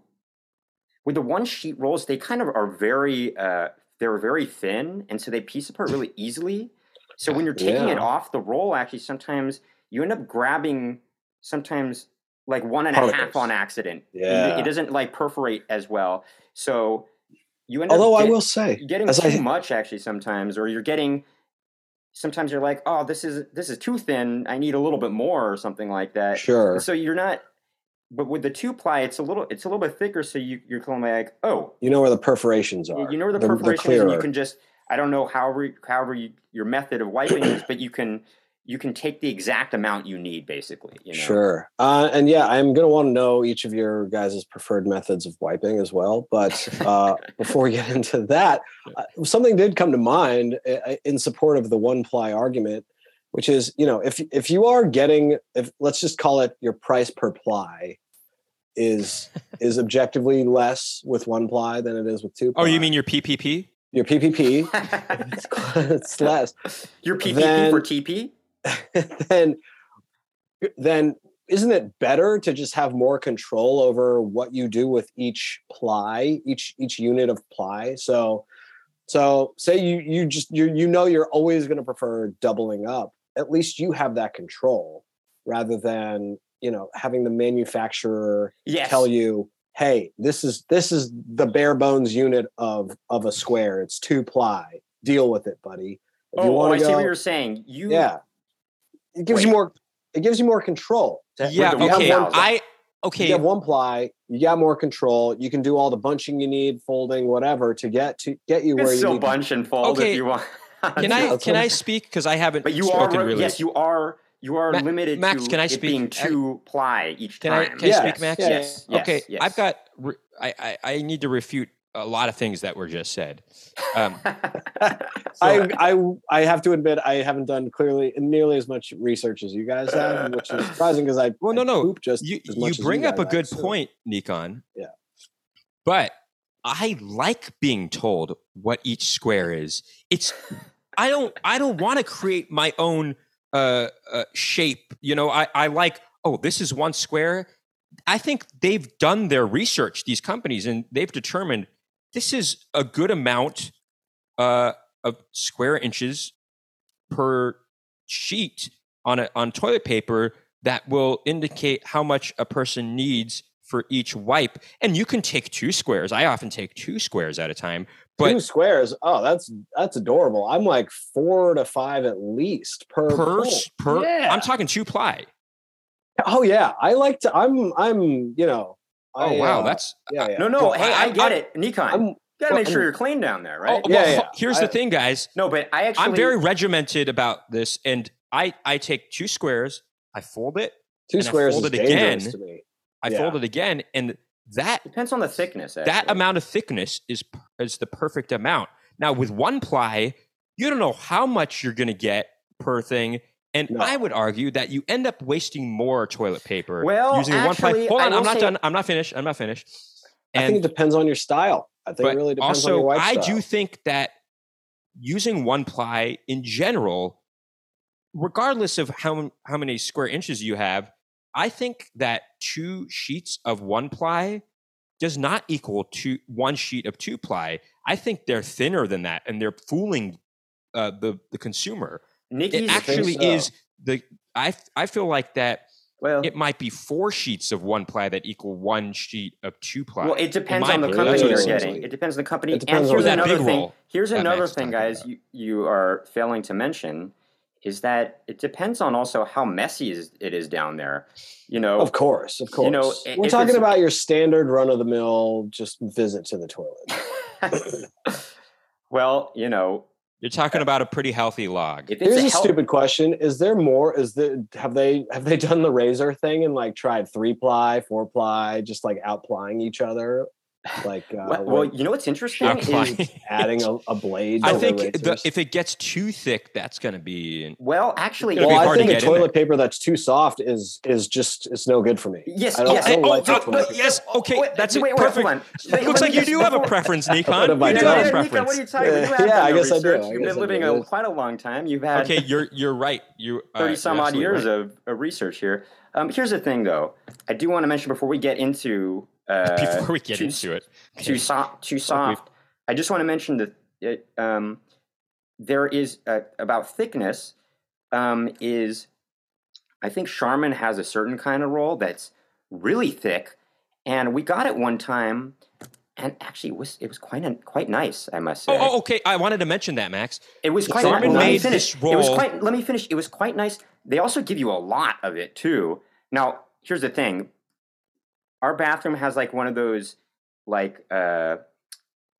[SPEAKER 1] with the one sheet rolls. They kind of are very uh, they're very thin, and so they piece apart really easily. So when you're taking it
[SPEAKER 3] Yeah.
[SPEAKER 1] off the roll, actually, sometimes you end up grabbing sometimes like one and a half
[SPEAKER 3] Particles.
[SPEAKER 1] on accident. You-
[SPEAKER 3] Yeah.
[SPEAKER 1] It doesn't like perforate as well. So you end
[SPEAKER 3] although
[SPEAKER 1] up
[SPEAKER 3] I
[SPEAKER 1] get-
[SPEAKER 3] will say,
[SPEAKER 1] getting
[SPEAKER 3] as
[SPEAKER 1] too
[SPEAKER 3] I-
[SPEAKER 1] much actually sometimes, or you're getting sometimes you're like, oh, this is this is too thin. I need a little bit more or something like that.
[SPEAKER 3] Sure.
[SPEAKER 1] So you're not. But with the two ply, it's a little it's a little bit thicker. So you you're kind of like, oh,
[SPEAKER 3] You know where the perforations are.
[SPEAKER 1] you know where the
[SPEAKER 3] They're- they're
[SPEAKER 1] perforation is, and you
[SPEAKER 3] clearer.
[SPEAKER 1] can just I don't know however however you, your method of wiping is, but you can you can take the exact amount you need basically. You know?
[SPEAKER 3] Sure. Uh, and yeah, I'm going to want to know each of your guys' preferred methods of wiping as well. But uh, before we get into that, uh, something did come to mind uh, in support of the one ply argument, which is, you know, if if you are getting, if let's just call it your price per ply is is objectively less with one ply than it is with two ply.
[SPEAKER 2] Oh, you mean your PPP?
[SPEAKER 3] your PPP? it's, it's less
[SPEAKER 1] your PPP
[SPEAKER 3] Then-
[SPEAKER 1] for TP.
[SPEAKER 3] then then isn't it better to just have more control over what you do with each ply each each unit of ply so so say you you just you you know you're always going to prefer doubling up at least you have that control rather than you know having the manufacturer
[SPEAKER 1] Yes.
[SPEAKER 3] tell you hey this is this is the bare bones unit of of a square it's two ply deal with it buddy If
[SPEAKER 1] oh,
[SPEAKER 3] you
[SPEAKER 1] oh,
[SPEAKER 3] wanna
[SPEAKER 1] I see
[SPEAKER 3] go-
[SPEAKER 1] what you're saying. You
[SPEAKER 3] yeah it gives you
[SPEAKER 1] Wait.
[SPEAKER 3] more it gives you more control to-
[SPEAKER 2] Yeah.
[SPEAKER 1] with the
[SPEAKER 2] Okay.
[SPEAKER 1] one-
[SPEAKER 2] I
[SPEAKER 3] you
[SPEAKER 2] okay.
[SPEAKER 3] have one ply you got more control you can do all the bunching you need folding whatever to get to get you
[SPEAKER 1] you
[SPEAKER 3] where
[SPEAKER 1] can
[SPEAKER 3] you
[SPEAKER 1] still
[SPEAKER 3] need
[SPEAKER 1] bunch and fold
[SPEAKER 2] Okay.
[SPEAKER 1] if you want.
[SPEAKER 2] Can I
[SPEAKER 3] That's
[SPEAKER 2] can
[SPEAKER 3] what-
[SPEAKER 2] I speak? Because I haven't
[SPEAKER 1] But you are
[SPEAKER 2] spoken really.
[SPEAKER 1] yes, you are you are
[SPEAKER 2] Ma-
[SPEAKER 1] limited
[SPEAKER 2] Max,
[SPEAKER 1] to
[SPEAKER 2] can I
[SPEAKER 1] it
[SPEAKER 2] speak?
[SPEAKER 1] being
[SPEAKER 2] I-
[SPEAKER 1] two ply each
[SPEAKER 2] Can I-
[SPEAKER 1] time.
[SPEAKER 2] can I
[SPEAKER 3] Yes,
[SPEAKER 2] speak, Max?
[SPEAKER 3] yes,
[SPEAKER 1] Yes. yes
[SPEAKER 2] okay,
[SPEAKER 1] yes.
[SPEAKER 2] I've got. Re- I, I I need to refute a lot of things that were just said. Um,
[SPEAKER 3] I, I i have to admit i haven't done clearly nearly as much research as you guys have which is surprising because i
[SPEAKER 2] Well, no,
[SPEAKER 3] I
[SPEAKER 2] no.
[SPEAKER 3] poop just
[SPEAKER 2] you
[SPEAKER 3] as
[SPEAKER 2] you
[SPEAKER 3] much as
[SPEAKER 2] bring up a
[SPEAKER 3] guys,
[SPEAKER 2] good
[SPEAKER 3] so-
[SPEAKER 2] point, Nikon.
[SPEAKER 3] Yeah.
[SPEAKER 2] But I like being told what each square is. It's I don't I don't want to create my own uh, uh shape. You know, I I like oh this is one square. I think they've done their research these companies and they've determined this is a good amount uh of square inches per sheet on a, on toilet paper that will indicate how much a person needs for each wipe. And you can take two squares. I often take two squares at a time. But
[SPEAKER 3] two squares oh that's that's adorable i'm like four to five at least per
[SPEAKER 2] per
[SPEAKER 3] fold.
[SPEAKER 2] s- per,
[SPEAKER 3] Yeah.
[SPEAKER 2] I'm talking two ply.
[SPEAKER 3] oh yeah i like to i'm i'm you know
[SPEAKER 2] Oh
[SPEAKER 3] I,
[SPEAKER 2] wow,
[SPEAKER 3] uh,
[SPEAKER 2] that's
[SPEAKER 3] yeah, yeah.
[SPEAKER 1] no, no.
[SPEAKER 2] Well,
[SPEAKER 1] hey, I,
[SPEAKER 2] I- I-
[SPEAKER 1] get
[SPEAKER 2] I-
[SPEAKER 1] it, Nikon.
[SPEAKER 3] I'm-
[SPEAKER 1] you gotta
[SPEAKER 3] well,
[SPEAKER 1] make sure you're clean down there,
[SPEAKER 2] oh,
[SPEAKER 1] right?
[SPEAKER 2] well,
[SPEAKER 3] Yeah,
[SPEAKER 2] ho-
[SPEAKER 3] yeah.
[SPEAKER 2] here's
[SPEAKER 3] I-
[SPEAKER 2] the thing, guys.
[SPEAKER 1] no, but I actually
[SPEAKER 2] I'm very regimented about this, and I I take two squares. I fold it.
[SPEAKER 3] two
[SPEAKER 2] and I
[SPEAKER 3] squares is
[SPEAKER 2] fold it
[SPEAKER 3] dangerous
[SPEAKER 2] again.
[SPEAKER 3] to me.
[SPEAKER 2] I
[SPEAKER 3] Yeah.
[SPEAKER 2] fold it again, and that
[SPEAKER 1] depends on the thickness.
[SPEAKER 2] that
[SPEAKER 1] actually.
[SPEAKER 2] amount of thickness is p- is the perfect amount. Now with one ply, you don't know how much you're going to get per thing, and
[SPEAKER 3] No.
[SPEAKER 2] I would argue that you end up wasting more toilet paper
[SPEAKER 1] Well,
[SPEAKER 2] using the
[SPEAKER 1] actually,
[SPEAKER 2] one ply.
[SPEAKER 1] I
[SPEAKER 2] Hold on, I'm
[SPEAKER 1] will
[SPEAKER 2] not
[SPEAKER 1] say-
[SPEAKER 2] done. I'm not finished. I'm not finished.
[SPEAKER 3] I think it depends on your style. I think it really depends
[SPEAKER 2] also,
[SPEAKER 3] on your
[SPEAKER 2] I
[SPEAKER 3] lifestyle.
[SPEAKER 2] do think that using one ply in general, regardless of how m- how many square inches you have, I think that two sheets of one ply does not equal two one sheet of two ply. I think they're thinner than that, and they're fooling uh, the the consumer.
[SPEAKER 1] Nikki's
[SPEAKER 2] It
[SPEAKER 3] think
[SPEAKER 2] actually
[SPEAKER 3] so?
[SPEAKER 2] is the I f- I feel like that
[SPEAKER 1] well,
[SPEAKER 2] it might be four sheets of one ply that equal one sheet of two ply.
[SPEAKER 1] well, it depends
[SPEAKER 2] my
[SPEAKER 1] on the
[SPEAKER 2] opinion,
[SPEAKER 1] company
[SPEAKER 3] that's
[SPEAKER 1] you're
[SPEAKER 3] what it
[SPEAKER 1] getting.
[SPEAKER 3] is.
[SPEAKER 1] It depends on the company.
[SPEAKER 3] It
[SPEAKER 1] and
[SPEAKER 3] depends
[SPEAKER 1] here's
[SPEAKER 2] on that
[SPEAKER 1] another
[SPEAKER 2] big
[SPEAKER 1] thing.
[SPEAKER 2] roll
[SPEAKER 1] Here's
[SPEAKER 2] that
[SPEAKER 1] another
[SPEAKER 2] Max is
[SPEAKER 1] thing,
[SPEAKER 2] talking
[SPEAKER 1] guys.
[SPEAKER 2] about.
[SPEAKER 1] You you are failing to mention is that it depends on also how messy is, it is down there. You know,
[SPEAKER 3] Of course, of course.
[SPEAKER 1] You know, i-
[SPEAKER 3] we're
[SPEAKER 1] if
[SPEAKER 3] talking
[SPEAKER 1] it's-
[SPEAKER 3] about your standard run of the mill just visit to the toilet.
[SPEAKER 1] well, you know,
[SPEAKER 2] You're talking about a pretty healthy log.
[SPEAKER 1] if it's
[SPEAKER 3] Here's a,
[SPEAKER 1] a, hel-
[SPEAKER 3] stupid question: Is there more? Is the have they have they done the razor thing and like tried three ply, four ply, just like outplying each other, like uh,
[SPEAKER 1] well, well,
[SPEAKER 3] like
[SPEAKER 1] you know what's interesting is
[SPEAKER 2] Outplying.
[SPEAKER 3] adding a, a blade.
[SPEAKER 2] I
[SPEAKER 3] to
[SPEAKER 2] think
[SPEAKER 3] the
[SPEAKER 2] the,
[SPEAKER 3] razors?
[SPEAKER 2] if it gets too thick, that's going to be. an-
[SPEAKER 1] well, actually,
[SPEAKER 2] It'll be
[SPEAKER 3] well, I
[SPEAKER 2] hard to
[SPEAKER 3] think a
[SPEAKER 2] get in there.
[SPEAKER 3] toilet paper that's too soft is is just it's no good for me.
[SPEAKER 1] yes,
[SPEAKER 3] I don't-
[SPEAKER 1] yes.
[SPEAKER 3] I don't
[SPEAKER 2] oh,
[SPEAKER 3] like
[SPEAKER 2] oh,
[SPEAKER 3] that
[SPEAKER 2] oh,
[SPEAKER 3] toilet.
[SPEAKER 2] yes. Okay,
[SPEAKER 1] Wait,
[SPEAKER 2] that's
[SPEAKER 1] wait,
[SPEAKER 2] it.
[SPEAKER 1] wait, Hold
[SPEAKER 2] Perfect.
[SPEAKER 1] on. Wait,
[SPEAKER 2] Looks
[SPEAKER 1] let
[SPEAKER 2] like
[SPEAKER 1] me
[SPEAKER 2] you
[SPEAKER 1] just-
[SPEAKER 2] do have a
[SPEAKER 1] before-
[SPEAKER 2] preference,
[SPEAKER 3] What
[SPEAKER 2] Nikon.
[SPEAKER 3] have I
[SPEAKER 2] You do
[SPEAKER 1] No, no,
[SPEAKER 3] done?
[SPEAKER 2] have a
[SPEAKER 1] no, Nico,
[SPEAKER 2] preference.
[SPEAKER 1] what are you talking about? You have
[SPEAKER 3] Yeah,
[SPEAKER 1] done
[SPEAKER 3] I
[SPEAKER 1] the
[SPEAKER 3] guess I do.
[SPEAKER 1] research.
[SPEAKER 3] I
[SPEAKER 1] You've
[SPEAKER 3] guess
[SPEAKER 1] been
[SPEAKER 3] I
[SPEAKER 1] living
[SPEAKER 3] do.
[SPEAKER 1] a, quite a long time. You've had
[SPEAKER 2] Okay, you're you're right. You uh,
[SPEAKER 1] 30
[SPEAKER 2] you're
[SPEAKER 1] some odd
[SPEAKER 2] absolutely
[SPEAKER 1] years
[SPEAKER 2] right.
[SPEAKER 1] of, of research here. Um, here's the thing, though. I do want to mention before we get into uh,
[SPEAKER 2] Before we get
[SPEAKER 1] too-
[SPEAKER 2] into it,
[SPEAKER 1] too soft, too soft. I just want to mention that it, um, there is uh, about thickness. Um, is I think Charmin has a certain kind of roll that's really thick, and we got it one time, and actually it was it was quite a, quite nice, I must say.
[SPEAKER 2] Oh, oh, okay. I wanted to mention that, Max.
[SPEAKER 1] It was quite.
[SPEAKER 2] Garmin
[SPEAKER 1] nice. Let me
[SPEAKER 2] made
[SPEAKER 1] finish.
[SPEAKER 2] this
[SPEAKER 1] It was
[SPEAKER 2] roll.
[SPEAKER 1] quite. Let me finish. It was quite nice. They also give you a lot of it too. Now, here's the thing. Our bathroom has like one of those like uh,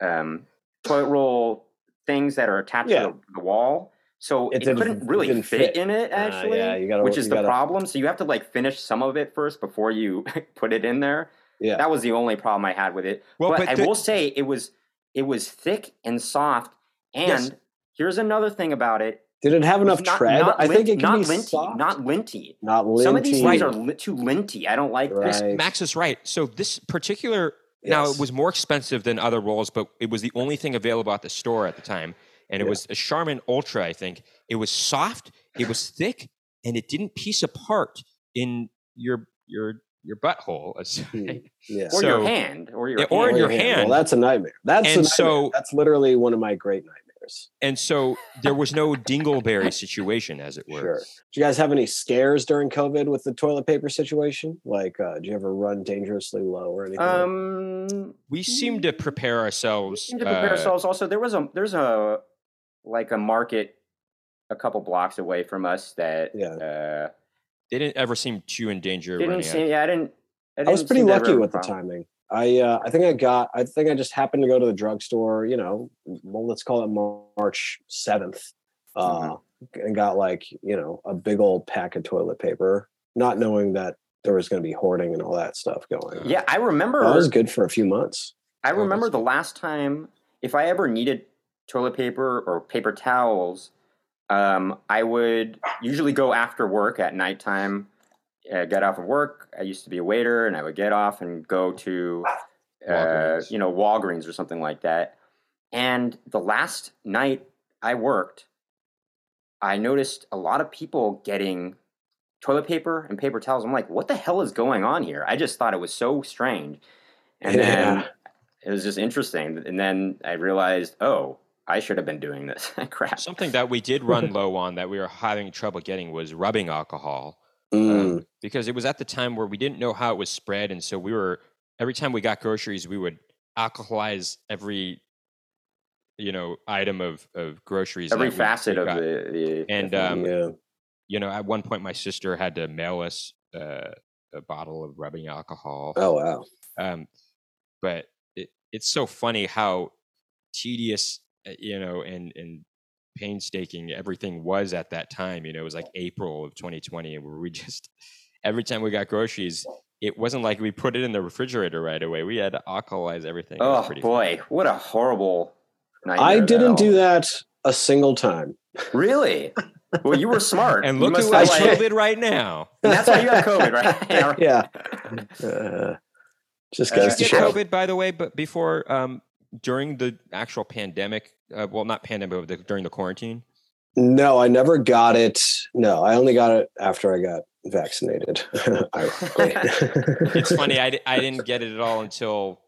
[SPEAKER 1] um, toilet roll things that are attached
[SPEAKER 3] Yeah.
[SPEAKER 1] to the, the wall, so
[SPEAKER 3] It
[SPEAKER 1] it,
[SPEAKER 3] didn't-
[SPEAKER 1] couldn't
[SPEAKER 3] it
[SPEAKER 1] really
[SPEAKER 3] didn't
[SPEAKER 1] fit,
[SPEAKER 3] fit.
[SPEAKER 1] in it
[SPEAKER 3] Ah,
[SPEAKER 1] actually,
[SPEAKER 3] yeah, you gotta-
[SPEAKER 1] which is
[SPEAKER 3] you
[SPEAKER 1] the
[SPEAKER 3] gotta-
[SPEAKER 1] problem. So you have to like finish some of it first before you put it in there.
[SPEAKER 3] Yeah.
[SPEAKER 1] that was the only problem I had with it
[SPEAKER 2] Well,
[SPEAKER 1] but,
[SPEAKER 2] but,
[SPEAKER 1] I
[SPEAKER 2] the-
[SPEAKER 1] will say it was it was thick and soft. And
[SPEAKER 2] Yes.
[SPEAKER 1] here's another thing about it:
[SPEAKER 3] Did it have
[SPEAKER 1] it was
[SPEAKER 3] enough tread? I
[SPEAKER 1] lint-
[SPEAKER 3] think it can
[SPEAKER 1] not
[SPEAKER 3] be
[SPEAKER 1] linty,
[SPEAKER 3] soft.
[SPEAKER 1] not linty.
[SPEAKER 3] not
[SPEAKER 1] Some of these
[SPEAKER 3] linty.
[SPEAKER 1] things are li- too linty. I don't like
[SPEAKER 3] Right.
[SPEAKER 1] this.
[SPEAKER 2] Max is right. So this particular now it
[SPEAKER 3] Yes.
[SPEAKER 2] was more expensive than other rolls, but it was the only thing available at the store at the time, and it
[SPEAKER 3] Yeah.
[SPEAKER 2] was a Charmin Ultra. I think it was soft, it was thick, and it didn't piece apart in your your your butthole. as-
[SPEAKER 3] Hmm. Yeah.
[SPEAKER 1] Or
[SPEAKER 2] So-
[SPEAKER 1] your hand, or your
[SPEAKER 2] Yeah, or
[SPEAKER 1] hand.
[SPEAKER 2] your
[SPEAKER 3] Oh, Well,
[SPEAKER 2] hand.
[SPEAKER 3] that's a nightmare. That's a
[SPEAKER 2] And
[SPEAKER 3] nightmare.
[SPEAKER 2] so-
[SPEAKER 3] that's literally one of my great nightmares.
[SPEAKER 2] And so there was no dingleberry situation, as it were.
[SPEAKER 3] Sure. Do you guys have any scares during COVID with the toilet paper situation? Like, uh, do you ever run dangerously low or anything?
[SPEAKER 1] Um,
[SPEAKER 2] We seem to prepare
[SPEAKER 1] we
[SPEAKER 2] ourselves.
[SPEAKER 1] seem to prepare
[SPEAKER 2] uh,
[SPEAKER 1] ourselves. Also, there was a there's a like a market a couple blocks away from us that
[SPEAKER 3] Yeah.
[SPEAKER 1] uh,
[SPEAKER 2] They didn't ever seem too in danger. of
[SPEAKER 1] didn't
[SPEAKER 2] running out.
[SPEAKER 1] seem. Yeah, I didn't. I,
[SPEAKER 3] I was
[SPEAKER 1] didn't
[SPEAKER 3] pretty
[SPEAKER 1] seem to have
[SPEAKER 3] lucky
[SPEAKER 1] a
[SPEAKER 3] with the
[SPEAKER 1] problem.
[SPEAKER 3] timing. I uh, I think I got I think I just happened to go to the drugstore, you know, well, let's call it Mar- March 7th. Uh,
[SPEAKER 1] Mhm.
[SPEAKER 3] and got like, you know, a big old pack of toilet paper, not knowing that there was going to be hoarding and all that stuff going.
[SPEAKER 1] Yeah, I remember.
[SPEAKER 3] That was good for a few months.
[SPEAKER 1] I
[SPEAKER 2] Oh, that's
[SPEAKER 1] remember the last time if I ever needed toilet paper or paper towels, um, I would usually go after work at nighttime. Uh, get off of work. I used to be a waiter, and I would get off and go to, uh,
[SPEAKER 2] Walgreens.
[SPEAKER 1] you know, Walgreens or something like that. And the last night I worked, I noticed a lot of people getting toilet paper and paper towels. I'm like, what the hell is going on here? I just thought it was so strange. And then
[SPEAKER 3] Yeah.
[SPEAKER 1] it was just interesting. And then I realized, oh, I should have been doing this. Crap.
[SPEAKER 2] Something that we did run low on that we were having trouble getting was rubbing alcohol.
[SPEAKER 3] Mm,
[SPEAKER 2] because it was at the time where we didn't know how it was spread, and so we were every time we got groceries, we would alcoholize every you know item of of groceries.
[SPEAKER 1] Every
[SPEAKER 2] that we- we
[SPEAKER 1] facet of
[SPEAKER 2] got.
[SPEAKER 1] the, the
[SPEAKER 2] And,
[SPEAKER 1] the thing.
[SPEAKER 2] um,
[SPEAKER 3] Mm, yeah.
[SPEAKER 2] You know, at one point, my sister had to mail us uh, a bottle of rubbing alcohol.
[SPEAKER 3] Oh wow.
[SPEAKER 2] Um, but it, it's so funny how tedious, uh, you know, and and painstaking everything was at that time. You know, it was like April of 2020, where we just every time we got groceries, it wasn't like we put it in the refrigerator right away. We had to alkalize everything. It was
[SPEAKER 1] oh
[SPEAKER 2] pretty
[SPEAKER 1] boy, what a horrible nightmare.
[SPEAKER 3] I didn't do
[SPEAKER 1] all-
[SPEAKER 3] that a single time.
[SPEAKER 1] Really? Well, you were smart.
[SPEAKER 2] And
[SPEAKER 1] You
[SPEAKER 2] look
[SPEAKER 1] must
[SPEAKER 2] who
[SPEAKER 1] have,
[SPEAKER 2] has
[SPEAKER 3] I
[SPEAKER 1] like-
[SPEAKER 3] should-
[SPEAKER 2] COVID right now.
[SPEAKER 1] and that's why you have COVID, right?
[SPEAKER 3] Yeah.
[SPEAKER 1] right.
[SPEAKER 3] Uh, just
[SPEAKER 1] Uh,
[SPEAKER 2] Did
[SPEAKER 3] goes
[SPEAKER 2] you
[SPEAKER 3] to
[SPEAKER 2] get
[SPEAKER 3] show.
[SPEAKER 2] COVID, by the way, but before, um, during the actual pandemic, uh, well, not pandemic, but the, during the quarantine.
[SPEAKER 3] No, I never got it. No, I only got it after I got vaccinated. Ironically.
[SPEAKER 2] it's funny I, di- I didn't get it at all until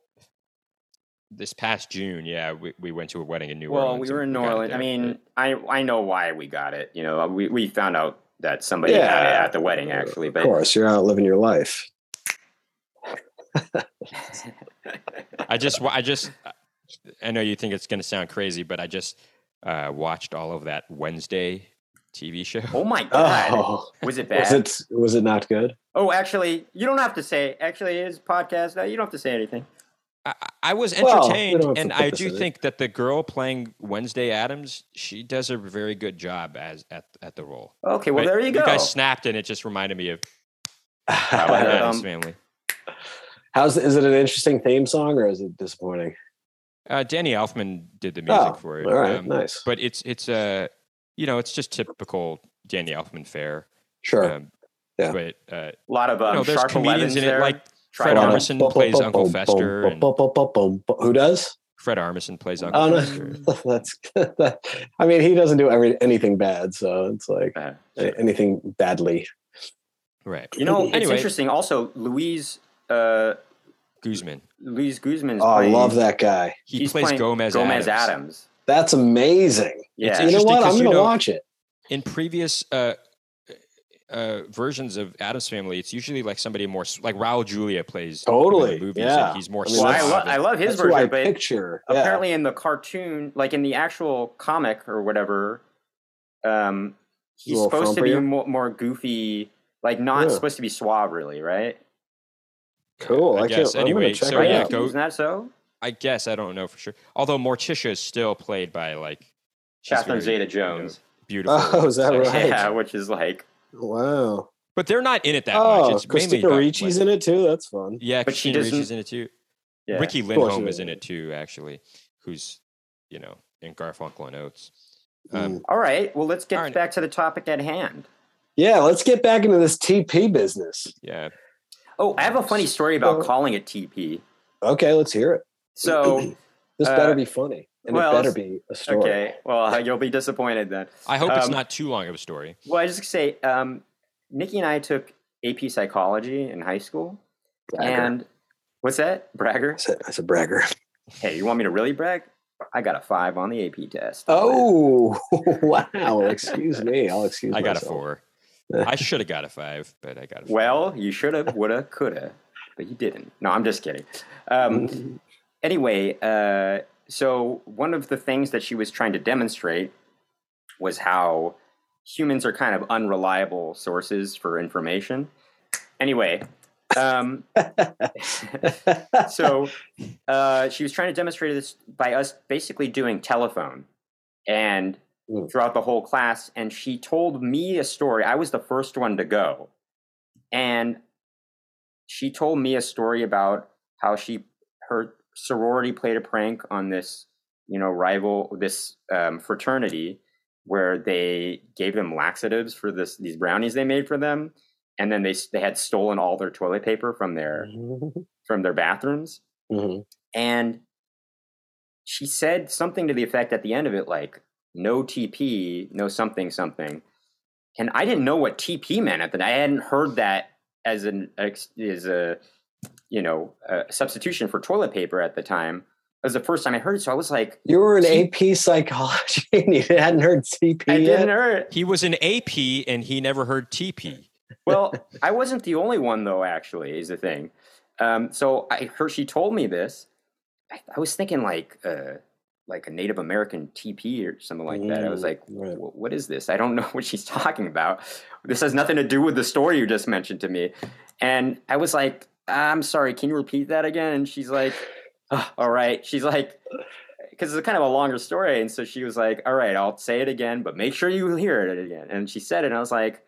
[SPEAKER 2] this past june yeah we, we went to a wedding in new
[SPEAKER 1] Well,
[SPEAKER 2] orleans
[SPEAKER 1] we were
[SPEAKER 2] and
[SPEAKER 1] in New
[SPEAKER 2] got it
[SPEAKER 1] Orleans. I
[SPEAKER 2] there.
[SPEAKER 1] mean, I I know why we got it. You know, we, we found out that somebody had it
[SPEAKER 3] Yeah.
[SPEAKER 1] at the wedding actually,
[SPEAKER 3] Of
[SPEAKER 1] but
[SPEAKER 3] course, you're out living your life.
[SPEAKER 2] i just wa- i just i know you think it's going to sound crazy but i just uh, watched all of that wednesday tv show
[SPEAKER 1] oh my god,
[SPEAKER 3] Oh,
[SPEAKER 1] was it bad?
[SPEAKER 3] was it was it not good?
[SPEAKER 1] Oh, actually, you don't have to say. Actually, it is a podcast. No, you don't have to say anything.
[SPEAKER 2] I, I- I was
[SPEAKER 3] Well, we don't
[SPEAKER 2] entertained
[SPEAKER 3] have to
[SPEAKER 2] and
[SPEAKER 3] put
[SPEAKER 2] i
[SPEAKER 3] this
[SPEAKER 2] do
[SPEAKER 3] in it.
[SPEAKER 2] think that the girl playing wednesday adams she does a very good job as at, at the role
[SPEAKER 1] Okay, well
[SPEAKER 2] But
[SPEAKER 1] there you go.
[SPEAKER 2] you guys snapped and it just reminded me of
[SPEAKER 1] I like that.
[SPEAKER 2] adams
[SPEAKER 1] Um,
[SPEAKER 2] family
[SPEAKER 3] How's is it an interesting theme song or is it disappointing?
[SPEAKER 2] uh, danny elfman did the music
[SPEAKER 3] Oh,
[SPEAKER 2] for it
[SPEAKER 3] All right,
[SPEAKER 2] Um,
[SPEAKER 3] nice.
[SPEAKER 2] but it's it's uh, you know it's just typical Danny Elfman fare.
[SPEAKER 3] Sure.
[SPEAKER 2] Um,
[SPEAKER 3] Yeah.
[SPEAKER 2] But uh,
[SPEAKER 1] a lot of
[SPEAKER 2] you
[SPEAKER 1] um,
[SPEAKER 2] know, there's
[SPEAKER 1] sharp
[SPEAKER 2] comedians
[SPEAKER 1] 11s
[SPEAKER 2] in it
[SPEAKER 1] there.
[SPEAKER 2] like
[SPEAKER 1] Try
[SPEAKER 2] Fred
[SPEAKER 1] it out.
[SPEAKER 2] Armisen. plays Uncle Fester and-
[SPEAKER 3] Who does?
[SPEAKER 2] Fred Armisen plays Uncle
[SPEAKER 3] Oh
[SPEAKER 2] Fester.
[SPEAKER 3] no, that's. I mean, he doesn't do every anything bad, so it's like
[SPEAKER 1] Uh,
[SPEAKER 3] a- anything badly.
[SPEAKER 2] Right,
[SPEAKER 1] you know, it's
[SPEAKER 2] Anyway.
[SPEAKER 1] interesting. Also, Louise uh,
[SPEAKER 2] Guzman.
[SPEAKER 1] Louise Guzman.
[SPEAKER 3] Oh, I love that guy.
[SPEAKER 2] He
[SPEAKER 1] He's
[SPEAKER 2] plays
[SPEAKER 1] playing
[SPEAKER 2] Gomez.
[SPEAKER 1] Gomez
[SPEAKER 2] Adams.
[SPEAKER 1] Adams.
[SPEAKER 3] That's amazing.
[SPEAKER 1] Yeah,
[SPEAKER 3] you know
[SPEAKER 2] interesting
[SPEAKER 3] what? I'm
[SPEAKER 2] 'cause
[SPEAKER 3] going
[SPEAKER 2] you
[SPEAKER 3] to
[SPEAKER 2] know-
[SPEAKER 3] watch it.
[SPEAKER 2] In previous uh, uh, versions of Adam's Family, it's usually like somebody more s- like Raul Julia plays him in
[SPEAKER 3] Totally,
[SPEAKER 2] the movies.
[SPEAKER 3] yeah.
[SPEAKER 2] and he's more.
[SPEAKER 3] I mean,
[SPEAKER 1] Well, I,
[SPEAKER 3] that's-
[SPEAKER 2] suave.
[SPEAKER 1] lo- I love his
[SPEAKER 3] That's who I
[SPEAKER 1] version, but
[SPEAKER 3] picture. Yeah.
[SPEAKER 1] apparently in the cartoon, like in the actual comic or whatever, um, he's
[SPEAKER 3] Little
[SPEAKER 1] supposed to be
[SPEAKER 3] frumpier?
[SPEAKER 1] more, more goofy, like not
[SPEAKER 3] Yeah.
[SPEAKER 1] supposed to be suave, really, right?
[SPEAKER 3] cool.
[SPEAKER 2] I
[SPEAKER 3] I,
[SPEAKER 2] guess.
[SPEAKER 3] can't. I'm gonna
[SPEAKER 2] Anyway,
[SPEAKER 3] check
[SPEAKER 2] so
[SPEAKER 3] it
[SPEAKER 1] right?
[SPEAKER 2] Oh, yeah,
[SPEAKER 3] out.
[SPEAKER 2] go-
[SPEAKER 1] Isn't that so?
[SPEAKER 2] I guess I don't know for sure. Although Morticia is still played by like she's
[SPEAKER 1] Catherine
[SPEAKER 2] very,
[SPEAKER 1] Zeta Jones.
[SPEAKER 2] you know, beautiful.
[SPEAKER 3] Oh, is that
[SPEAKER 2] sexy.
[SPEAKER 3] right?
[SPEAKER 1] Yeah, which is like,
[SPEAKER 3] Wow.
[SPEAKER 2] But they're not in it that much.
[SPEAKER 3] Oh,
[SPEAKER 2] It's mainly
[SPEAKER 3] Christina
[SPEAKER 2] about,
[SPEAKER 3] Ricci's
[SPEAKER 2] like-
[SPEAKER 3] in it too. That's fun.
[SPEAKER 2] Yeah,
[SPEAKER 1] But she
[SPEAKER 2] Christina Ricci's
[SPEAKER 1] doesn't-
[SPEAKER 2] in it too.
[SPEAKER 1] yeah.
[SPEAKER 2] Ricky
[SPEAKER 3] course
[SPEAKER 2] Lindholm
[SPEAKER 3] it
[SPEAKER 2] is in
[SPEAKER 3] is.
[SPEAKER 2] it too, actually, who's you know in Garfunkel and Oates. Um,
[SPEAKER 3] Mm.
[SPEAKER 1] All right, well, let's get
[SPEAKER 2] All right.
[SPEAKER 1] back to the topic at hand.
[SPEAKER 3] Yeah, let's get back into this TP business.
[SPEAKER 2] Yeah,
[SPEAKER 1] Oh, I have a funny story about
[SPEAKER 3] So-
[SPEAKER 1] calling it TP.
[SPEAKER 3] Okay, let's hear it.
[SPEAKER 1] So,
[SPEAKER 3] This
[SPEAKER 1] Uh,
[SPEAKER 3] better be funny, and
[SPEAKER 1] well,
[SPEAKER 3] it better be a story.
[SPEAKER 1] okay, well, you'll be disappointed then.
[SPEAKER 2] I hope it's
[SPEAKER 1] Um,
[SPEAKER 2] not too long of a story.
[SPEAKER 1] Well, I was just gonna say, um, Nikki and I took AP psychology in high school,
[SPEAKER 3] Bragger.
[SPEAKER 1] and what's that, bragger?
[SPEAKER 3] I said, I said bragger.
[SPEAKER 1] Hey, you want me to really brag? I got a five on the AP test.
[SPEAKER 3] Oh wow! Excuse me. I'll excuse.
[SPEAKER 2] I got a
[SPEAKER 3] myself.
[SPEAKER 2] four. I should have got a five, but I got a four.
[SPEAKER 1] Well, you should have, would have, could have, but you didn't. No, I'm just kidding.
[SPEAKER 3] Mm-hmm.
[SPEAKER 1] Um, anyway, uh, so one of the things that she was trying to demonstrate was how humans are kind of unreliable sources for information. Anyway, um, so uh, she was trying to demonstrate this by us basically doing telephone and
[SPEAKER 3] Mm.
[SPEAKER 1] throughout the whole class and she told me a story i was the first one to go and she told me a story about how she her sorority played a prank on this you know rival this um, fraternity where they gave them laxatives for this these brownies they made for them and then they s- they had stolen all their toilet paper from their
[SPEAKER 3] Hmm. Mm-hmm.
[SPEAKER 1] from their bathrooms.
[SPEAKER 3] Mhm.
[SPEAKER 1] And she said something to the effect at the end of it, like, no TP, no something, something. And I didn't know what TP meant at that. I hadn't heard that as an ex- as a you know a substitution for toilet paper at the time. It was the first time I heard it, so I was like,
[SPEAKER 3] You were in
[SPEAKER 1] T-
[SPEAKER 3] AP psychology, and you hadn't heard TP
[SPEAKER 1] I
[SPEAKER 3] yet.
[SPEAKER 1] didn't hear it.
[SPEAKER 2] he was an AP and he never heard TP.
[SPEAKER 1] well, I wasn't the only one though. Actually, is the thing. Um, so I heard she told me this. I, I was thinking like uh, like a Native American TP or something like that. I was
[SPEAKER 3] Mm,
[SPEAKER 1] like,
[SPEAKER 3] right.
[SPEAKER 1] "Wh- what is this? I don't know what she's talking about. This has nothing to do with the story you just mentioned to me. And I was like, I'm sorry, can you repeat that again? And she's like, "Ah, all right. She's like, because it's kind of a longer story. And so she was like, all right, I'll say it again, but make sure you hear it again. And she said it, and I was like,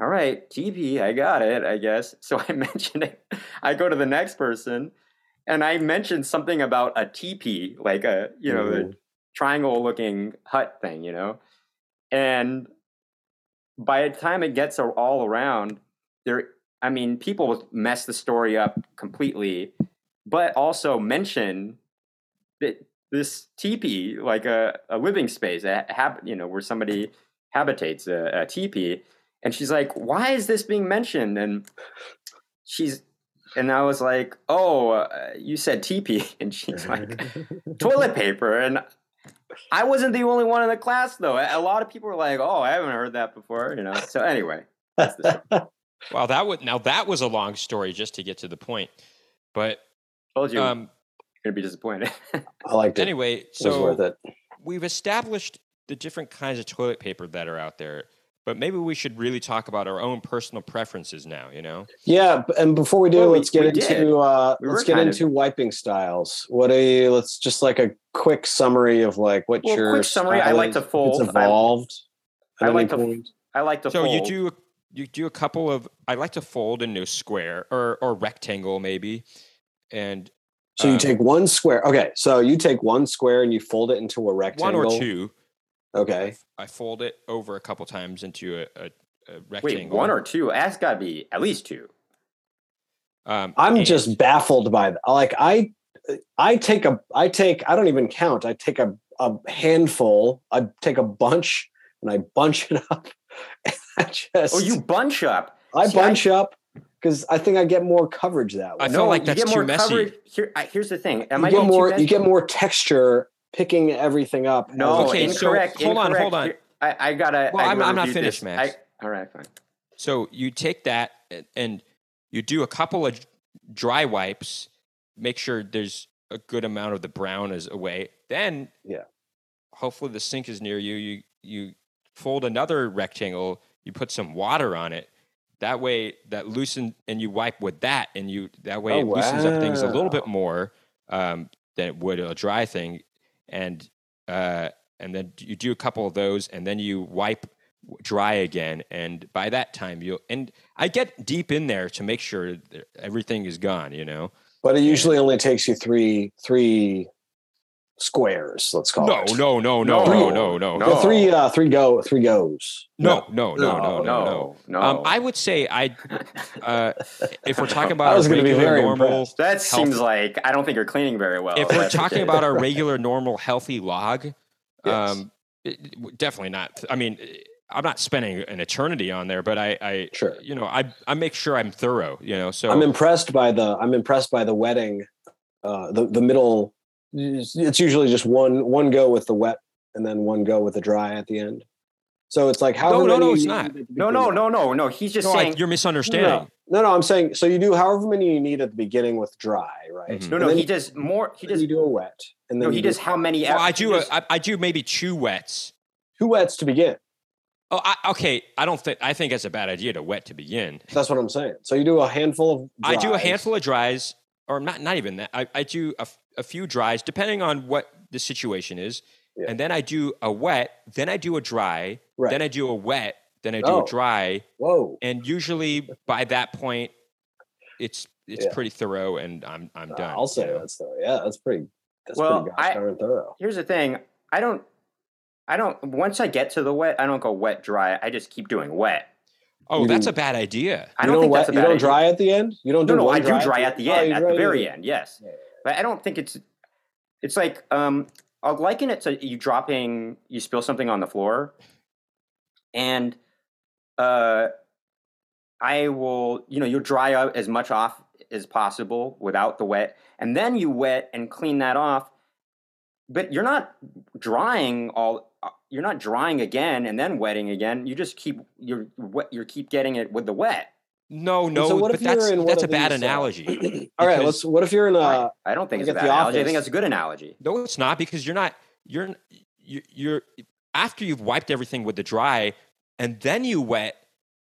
[SPEAKER 1] all right, TP, I got it, I guess. So I mentioned it. I go to the next person, and I mentioned something about a teepee, like a, you know, the triangle looking hut thing, you know? And by the time it gets a- all around, there, I mean, people mess the story up completely, but also mention that this teepee, like a, a living space, a hab, you know, where somebody habitates a, a teepee. And she's like, why is this being mentioned? And she's, and I was like, oh, uh, you said teepee. And
[SPEAKER 3] Mm-hmm.
[SPEAKER 1] she's like, toilet paper and i wasn't the only one in the class though a a lot of people were like oh i haven't heard that before you know so anyway that's the story.
[SPEAKER 2] Wow, that would now that was a long story just to get to the point. But
[SPEAKER 1] told you i'm
[SPEAKER 2] um,
[SPEAKER 1] gonna be disappointed
[SPEAKER 3] I liked it.
[SPEAKER 2] anyway,
[SPEAKER 3] it was worth
[SPEAKER 2] so
[SPEAKER 3] it.
[SPEAKER 2] we've established the different kinds of toilet paper that are out there. But maybe we should really talk about our own personal preferences now. You know,
[SPEAKER 3] Yeah, b- and before we do,
[SPEAKER 1] Well, we-
[SPEAKER 3] let's get
[SPEAKER 1] we did.
[SPEAKER 3] into uh,
[SPEAKER 1] We
[SPEAKER 3] let's
[SPEAKER 1] were
[SPEAKER 3] get
[SPEAKER 1] kind
[SPEAKER 3] into wiping styles. What do you? Let's just like a quick summary of like what
[SPEAKER 1] Well,
[SPEAKER 3] your
[SPEAKER 1] quick summary, I
[SPEAKER 3] style
[SPEAKER 1] like
[SPEAKER 3] is,
[SPEAKER 1] to
[SPEAKER 3] if
[SPEAKER 1] fold. I-
[SPEAKER 3] It's evolved. at
[SPEAKER 1] I
[SPEAKER 3] any
[SPEAKER 1] like to-
[SPEAKER 3] point.
[SPEAKER 1] i like to
[SPEAKER 2] so you
[SPEAKER 1] fold.
[SPEAKER 2] do you do a couple of I like to fold into a square or or rectangle maybe, and
[SPEAKER 3] So you
[SPEAKER 1] uh
[SPEAKER 2] um,
[SPEAKER 3] take one square. Okay, so you take one square and you fold it into a
[SPEAKER 2] one
[SPEAKER 3] rectangle.
[SPEAKER 2] or two.
[SPEAKER 3] Okay.
[SPEAKER 2] I fold it over a couple times into a, a, a
[SPEAKER 1] wait
[SPEAKER 2] rectangle.
[SPEAKER 1] one or two that's gotta be at least two
[SPEAKER 2] um,
[SPEAKER 3] I'm
[SPEAKER 2] and-
[SPEAKER 3] just baffled by that. Like I, I take a, I take, I don't even count. I take a, a handful. I take a bunch and I bunch it up. And I just,
[SPEAKER 1] oh you bunch up
[SPEAKER 3] I
[SPEAKER 1] see, I-
[SPEAKER 3] bunch up because I think I get more coverage that way.
[SPEAKER 2] I felt like
[SPEAKER 1] you
[SPEAKER 2] that's
[SPEAKER 1] get more
[SPEAKER 2] too messy.
[SPEAKER 1] coverage here I, here's the thing am
[SPEAKER 3] you
[SPEAKER 1] i
[SPEAKER 3] get
[SPEAKER 1] being too
[SPEAKER 3] more,
[SPEAKER 1] messy?
[SPEAKER 3] you get more texture picking everything up.
[SPEAKER 1] no
[SPEAKER 2] Okay, so
[SPEAKER 1] incorrect
[SPEAKER 2] hold on, hold
[SPEAKER 1] incorrect.
[SPEAKER 2] on.
[SPEAKER 1] Here- I, I gotta
[SPEAKER 2] Well,
[SPEAKER 1] I
[SPEAKER 2] I'm-
[SPEAKER 1] gotta
[SPEAKER 2] I'm not
[SPEAKER 1] review this.
[SPEAKER 2] finished, Max.
[SPEAKER 1] I- all right fine
[SPEAKER 2] So you take that a- and you do a couple of dry wipes, make sure there's a good amount of the brown is away. Then
[SPEAKER 3] Yeah.
[SPEAKER 2] hopefully the sink is near you. You you fold another rectangle, you put some water on it. That way that loosen and you wipe with that and you that way
[SPEAKER 3] Oh,
[SPEAKER 2] it loosens up things a little bit more um, than it would a dry thing. And uh, and then you do a couple of those and then you wipe w- dry again and by that time you'll and i get deep in there to make sure that everything is gone you know
[SPEAKER 3] But it usually only takes you three three squares. Let's call
[SPEAKER 2] no
[SPEAKER 3] it.
[SPEAKER 2] no no no no no no
[SPEAKER 1] No.
[SPEAKER 2] no
[SPEAKER 3] The three uh, three go three goes.
[SPEAKER 2] no no
[SPEAKER 1] no,
[SPEAKER 2] no no Oh, no
[SPEAKER 1] no, no.
[SPEAKER 2] um i would say i uh if we're talking
[SPEAKER 3] I
[SPEAKER 2] about
[SPEAKER 3] was
[SPEAKER 2] a
[SPEAKER 3] gonna be
[SPEAKER 2] regular
[SPEAKER 3] very
[SPEAKER 2] normal
[SPEAKER 3] impressed. Oh,
[SPEAKER 1] that
[SPEAKER 2] health-
[SPEAKER 1] seems like I don't think you're cleaning very well.
[SPEAKER 2] if we're
[SPEAKER 1] that's the
[SPEAKER 2] talking
[SPEAKER 1] case.
[SPEAKER 2] about our regular normal healthy log
[SPEAKER 3] Yes.
[SPEAKER 2] um it- it w- definitely not i mean i'm not spending an eternity on there but i i
[SPEAKER 3] Sure.
[SPEAKER 2] you know i i make sure i'm thorough you know so
[SPEAKER 3] I'm impressed by the I'm impressed by the wedding. Uh, the the middle. It's usually just one one go with the wet and then one go with the dry at the end. So it's like however
[SPEAKER 2] no, no,
[SPEAKER 3] many you
[SPEAKER 2] it's
[SPEAKER 3] need
[SPEAKER 2] not.
[SPEAKER 3] at the
[SPEAKER 1] no, no,
[SPEAKER 3] beginning.
[SPEAKER 1] no, no, no. He's just
[SPEAKER 2] No, I-
[SPEAKER 1] saying
[SPEAKER 2] you're misunderstanding.
[SPEAKER 3] no no I'm saying so you do however many you need at the beginning with dry right
[SPEAKER 2] Mhm.
[SPEAKER 1] no,
[SPEAKER 3] And
[SPEAKER 1] no.
[SPEAKER 3] then
[SPEAKER 1] He
[SPEAKER 3] you-
[SPEAKER 1] does more. He
[SPEAKER 3] then
[SPEAKER 1] does
[SPEAKER 3] you do a wet and then
[SPEAKER 1] no.
[SPEAKER 3] you
[SPEAKER 1] He
[SPEAKER 3] do
[SPEAKER 1] does how many?
[SPEAKER 2] Well, I
[SPEAKER 1] he
[SPEAKER 2] do. A,
[SPEAKER 1] does-
[SPEAKER 2] I, I do maybe two wets.
[SPEAKER 3] two wets to begin
[SPEAKER 2] Oh, I, okay. I don't think. I think it's a bad idea to wet to begin.
[SPEAKER 3] that's what I'm saying so you do a handful of
[SPEAKER 2] I do a
[SPEAKER 3] dries.
[SPEAKER 2] handful of dries, or not. Not even that. I, I do a, f- a few dries, depending on what the situation is,
[SPEAKER 3] Yeah.
[SPEAKER 2] and then I do a wet. Then I do a dry.
[SPEAKER 3] Right.
[SPEAKER 2] Then I do a wet. Then I do
[SPEAKER 3] Oh.
[SPEAKER 2] a dry.
[SPEAKER 3] whoa
[SPEAKER 2] And usually by that point, it's it's
[SPEAKER 3] Yeah. Uh,
[SPEAKER 2] pretty thorough, and I'm I'm done.
[SPEAKER 3] I'll
[SPEAKER 2] you
[SPEAKER 3] say
[SPEAKER 2] know?
[SPEAKER 3] that's thorough yeah that's pretty that's
[SPEAKER 1] Well,
[SPEAKER 3] pretty gosh
[SPEAKER 1] I-
[SPEAKER 3] darn thorough
[SPEAKER 1] here's the thing. I don't. I don't. Once I get to the wet, I don't go wet dry. I just keep doing wet.
[SPEAKER 2] Oh,
[SPEAKER 3] You-
[SPEAKER 2] that's a bad idea.
[SPEAKER 1] I
[SPEAKER 3] you
[SPEAKER 1] don't, think
[SPEAKER 3] wet,
[SPEAKER 1] that's a
[SPEAKER 3] you
[SPEAKER 1] bad
[SPEAKER 3] don't
[SPEAKER 1] idea.
[SPEAKER 3] dry at the end you don't do
[SPEAKER 1] No, no,
[SPEAKER 3] one
[SPEAKER 1] I do dry at the end,
[SPEAKER 3] Oh, you
[SPEAKER 1] at
[SPEAKER 3] dry
[SPEAKER 1] the very end. Yes,
[SPEAKER 3] Yeah, yeah,
[SPEAKER 1] but I don't think it's. It's like um, I'll liken it to you dropping, you spill something on the floor, and uh, I will, you know, you dry out as much off as possible without the wet, and then you wet and clean that off. But you're not drying all. uh, You're not drying again and then wetting again. You just keep you're wet. You keep getting it with the wet.
[SPEAKER 2] No,
[SPEAKER 3] And
[SPEAKER 2] no,
[SPEAKER 3] so what
[SPEAKER 2] but
[SPEAKER 3] if you're
[SPEAKER 2] that's
[SPEAKER 3] in one
[SPEAKER 2] that's a
[SPEAKER 3] of
[SPEAKER 2] bad
[SPEAKER 3] these, uh,
[SPEAKER 2] analogy.
[SPEAKER 3] All right,
[SPEAKER 2] Because-
[SPEAKER 3] let's. What if you're in
[SPEAKER 1] I,
[SPEAKER 3] a?
[SPEAKER 1] I don't think
[SPEAKER 3] like
[SPEAKER 1] it's a
[SPEAKER 3] at
[SPEAKER 1] bad
[SPEAKER 3] the
[SPEAKER 1] analogy. I think
[SPEAKER 3] office-
[SPEAKER 1] that's a good analogy.
[SPEAKER 2] No, it's not because you're not. You're n- you- you're after you've wiped everything with the dry and then you wet.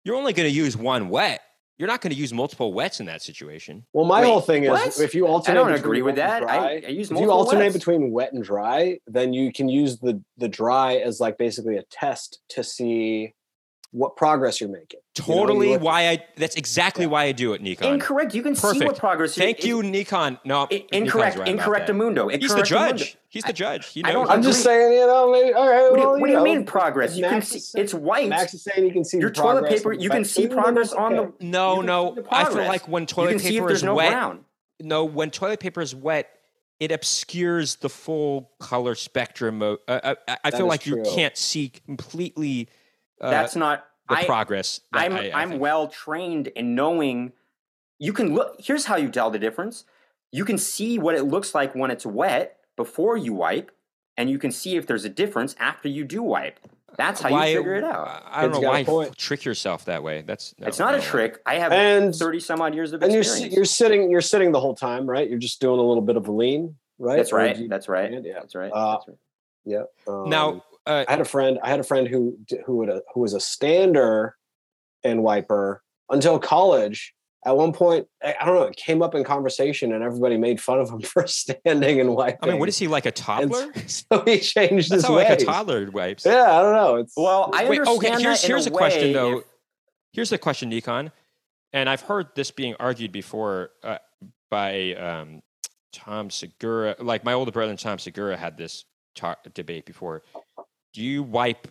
[SPEAKER 2] You're only going to use one wet. You're not going to use multiple wets in that situation.
[SPEAKER 3] Well, my
[SPEAKER 1] Wait,
[SPEAKER 3] whole thing is
[SPEAKER 1] what?
[SPEAKER 3] if you
[SPEAKER 1] I
[SPEAKER 3] alternate.
[SPEAKER 1] don't
[SPEAKER 3] between
[SPEAKER 1] agree with
[SPEAKER 3] wet
[SPEAKER 1] that.
[SPEAKER 3] and
[SPEAKER 1] I, I
[SPEAKER 3] dry-
[SPEAKER 1] use
[SPEAKER 3] if you
[SPEAKER 1] multiple
[SPEAKER 3] alternate
[SPEAKER 1] wets.
[SPEAKER 3] between wet and dry, then you can use the the dry as like basically a test to see what progress you're making. you
[SPEAKER 2] Totally
[SPEAKER 3] look-
[SPEAKER 2] why I. That's exactly why I do it, Nikon.
[SPEAKER 1] Incorrect. You can see what
[SPEAKER 2] Perfect.
[SPEAKER 1] progress. you-
[SPEAKER 2] Thank you, Nikon. No,
[SPEAKER 1] I-
[SPEAKER 2] Nikon's
[SPEAKER 1] incorrect.
[SPEAKER 2] right about
[SPEAKER 1] incorrect.
[SPEAKER 2] that.
[SPEAKER 1] Amundo.
[SPEAKER 2] He's the
[SPEAKER 1] incorrect
[SPEAKER 2] judge.
[SPEAKER 1] Amundo.
[SPEAKER 2] He's the judge. He
[SPEAKER 1] I
[SPEAKER 2] knows.
[SPEAKER 1] don't
[SPEAKER 3] I'm just
[SPEAKER 1] Agree.
[SPEAKER 3] saying, you know, maybe all right.
[SPEAKER 1] What do you,
[SPEAKER 3] well,
[SPEAKER 1] what do you
[SPEAKER 3] know,
[SPEAKER 1] mean progress? You can
[SPEAKER 3] Max
[SPEAKER 1] see
[SPEAKER 3] is saying-
[SPEAKER 1] it's white.
[SPEAKER 3] Max is saying you can see
[SPEAKER 1] Your
[SPEAKER 3] the
[SPEAKER 1] toilet
[SPEAKER 3] progress
[SPEAKER 1] paper.
[SPEAKER 3] of
[SPEAKER 1] You
[SPEAKER 3] wet
[SPEAKER 1] can see
[SPEAKER 3] food, and that's
[SPEAKER 1] progress on
[SPEAKER 3] okay.
[SPEAKER 1] the.
[SPEAKER 2] no,
[SPEAKER 1] you can
[SPEAKER 2] no.
[SPEAKER 1] see the
[SPEAKER 2] I feel
[SPEAKER 1] progress.
[SPEAKER 2] like when
[SPEAKER 1] You
[SPEAKER 2] toilet
[SPEAKER 1] can see if
[SPEAKER 2] paper
[SPEAKER 1] there's
[SPEAKER 2] is
[SPEAKER 1] no
[SPEAKER 2] wet,
[SPEAKER 1] brown.
[SPEAKER 2] no, when toilet paper is wet, it obscures the full color spectrum. Of, uh, I, I feel
[SPEAKER 3] is
[SPEAKER 2] like you
[SPEAKER 3] true.
[SPEAKER 2] can't see completely uh,
[SPEAKER 1] That's not.
[SPEAKER 2] the
[SPEAKER 1] I,
[SPEAKER 2] progress. that
[SPEAKER 1] I'm
[SPEAKER 2] I, I
[SPEAKER 1] I'm
[SPEAKER 2] think.
[SPEAKER 1] well trained in knowing. You can look. Here's how you tell the difference. You can see what it looks like when it's wet before you wipe, and you can see if there's a difference after you do wipe. That's how
[SPEAKER 2] Why-
[SPEAKER 1] you figure it out.
[SPEAKER 2] I- I don't
[SPEAKER 3] Kid's
[SPEAKER 2] know
[SPEAKER 3] got a
[SPEAKER 2] why you
[SPEAKER 3] point.
[SPEAKER 2] trick yourself that way. That's no,
[SPEAKER 1] it's not
[SPEAKER 2] I
[SPEAKER 1] a
[SPEAKER 2] don't like
[SPEAKER 1] trick. I have
[SPEAKER 3] And
[SPEAKER 1] thirty some odd years of
[SPEAKER 3] and you're
[SPEAKER 1] experience.
[SPEAKER 3] si- you're sitting you're sitting the whole time, right? You're just doing a little bit of a lean, right?
[SPEAKER 1] That's
[SPEAKER 3] Or
[SPEAKER 1] right.
[SPEAKER 3] do you-
[SPEAKER 1] That's right.
[SPEAKER 3] Yeah.
[SPEAKER 1] That's right.
[SPEAKER 3] Uh,
[SPEAKER 1] That's right.
[SPEAKER 3] yeah.
[SPEAKER 2] it.
[SPEAKER 3] Um,
[SPEAKER 2] Now, uh,
[SPEAKER 3] I had a friend. I had a friend who d- who would who was a stander and wiper until college. At one point, I I don't know. It came up in conversation, and everybody made fun of him for standing and wiping.
[SPEAKER 2] I mean, what is he like a
[SPEAKER 3] And
[SPEAKER 2] toddler?
[SPEAKER 3] so he changed
[SPEAKER 2] That's
[SPEAKER 3] his
[SPEAKER 2] how
[SPEAKER 3] ways.
[SPEAKER 2] like a toddler wipes.
[SPEAKER 3] Yeah, I don't know. It's
[SPEAKER 1] Well, I
[SPEAKER 2] Wait,
[SPEAKER 1] understand
[SPEAKER 2] okay, here's-
[SPEAKER 1] that in
[SPEAKER 2] here's
[SPEAKER 1] a,
[SPEAKER 2] a question,
[SPEAKER 1] way
[SPEAKER 2] though.
[SPEAKER 1] if-
[SPEAKER 2] Here's the question, Nikon, and I've heard this being argued before uh, by um, Tom Segura. Like my older brother Tom Segura had this ta- debate before. Do you wipe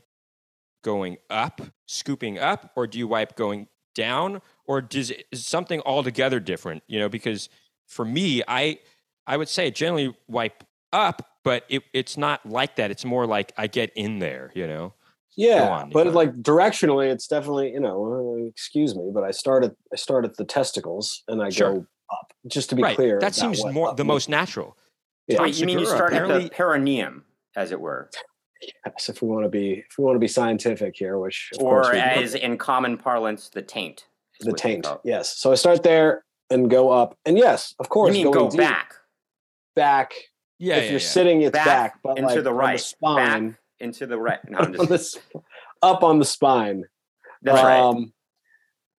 [SPEAKER 2] going up, scooping up, or do you wipe going down, or does it, is something altogether different? You know, because for me, I I would say generally wipe up, but it, it's not like that. It's more like I get in there. You know.
[SPEAKER 3] yeah,
[SPEAKER 2] on,
[SPEAKER 3] but
[SPEAKER 2] Nico.
[SPEAKER 3] like directionally, it's definitely you know. uh, Excuse me, but I start at I start at the testicles and I
[SPEAKER 2] Sure.
[SPEAKER 3] go up. Just to be
[SPEAKER 2] right.
[SPEAKER 3] clear,
[SPEAKER 2] That
[SPEAKER 3] about
[SPEAKER 2] seems
[SPEAKER 3] what
[SPEAKER 2] more
[SPEAKER 3] up
[SPEAKER 2] the
[SPEAKER 3] means.
[SPEAKER 2] most natural.
[SPEAKER 3] Yeah.
[SPEAKER 2] Tom
[SPEAKER 1] Wait, you mean you
[SPEAKER 2] Segura
[SPEAKER 1] start at the
[SPEAKER 2] apparently-
[SPEAKER 1] perineum, as it were?
[SPEAKER 3] yes, if we want to be if we want to be scientific here, which of course
[SPEAKER 1] or
[SPEAKER 3] we do.
[SPEAKER 1] as in common parlance, the taint. is
[SPEAKER 3] the
[SPEAKER 1] what they
[SPEAKER 3] taint.
[SPEAKER 1] call it.
[SPEAKER 3] Yes. So I start there and go up, and yes, of course,
[SPEAKER 1] You mean go
[SPEAKER 3] going deep,
[SPEAKER 1] back
[SPEAKER 3] back.
[SPEAKER 2] Yeah,
[SPEAKER 3] if
[SPEAKER 2] yeah,
[SPEAKER 3] you're
[SPEAKER 2] yeah.
[SPEAKER 3] sitting, it's
[SPEAKER 1] Back
[SPEAKER 3] back, but
[SPEAKER 1] into
[SPEAKER 3] like
[SPEAKER 1] the
[SPEAKER 3] on
[SPEAKER 1] right,
[SPEAKER 3] spine,
[SPEAKER 1] back into the right? No, I'm
[SPEAKER 3] on
[SPEAKER 1] just,
[SPEAKER 3] the sp- up on the spine.
[SPEAKER 1] that's right.
[SPEAKER 3] Um,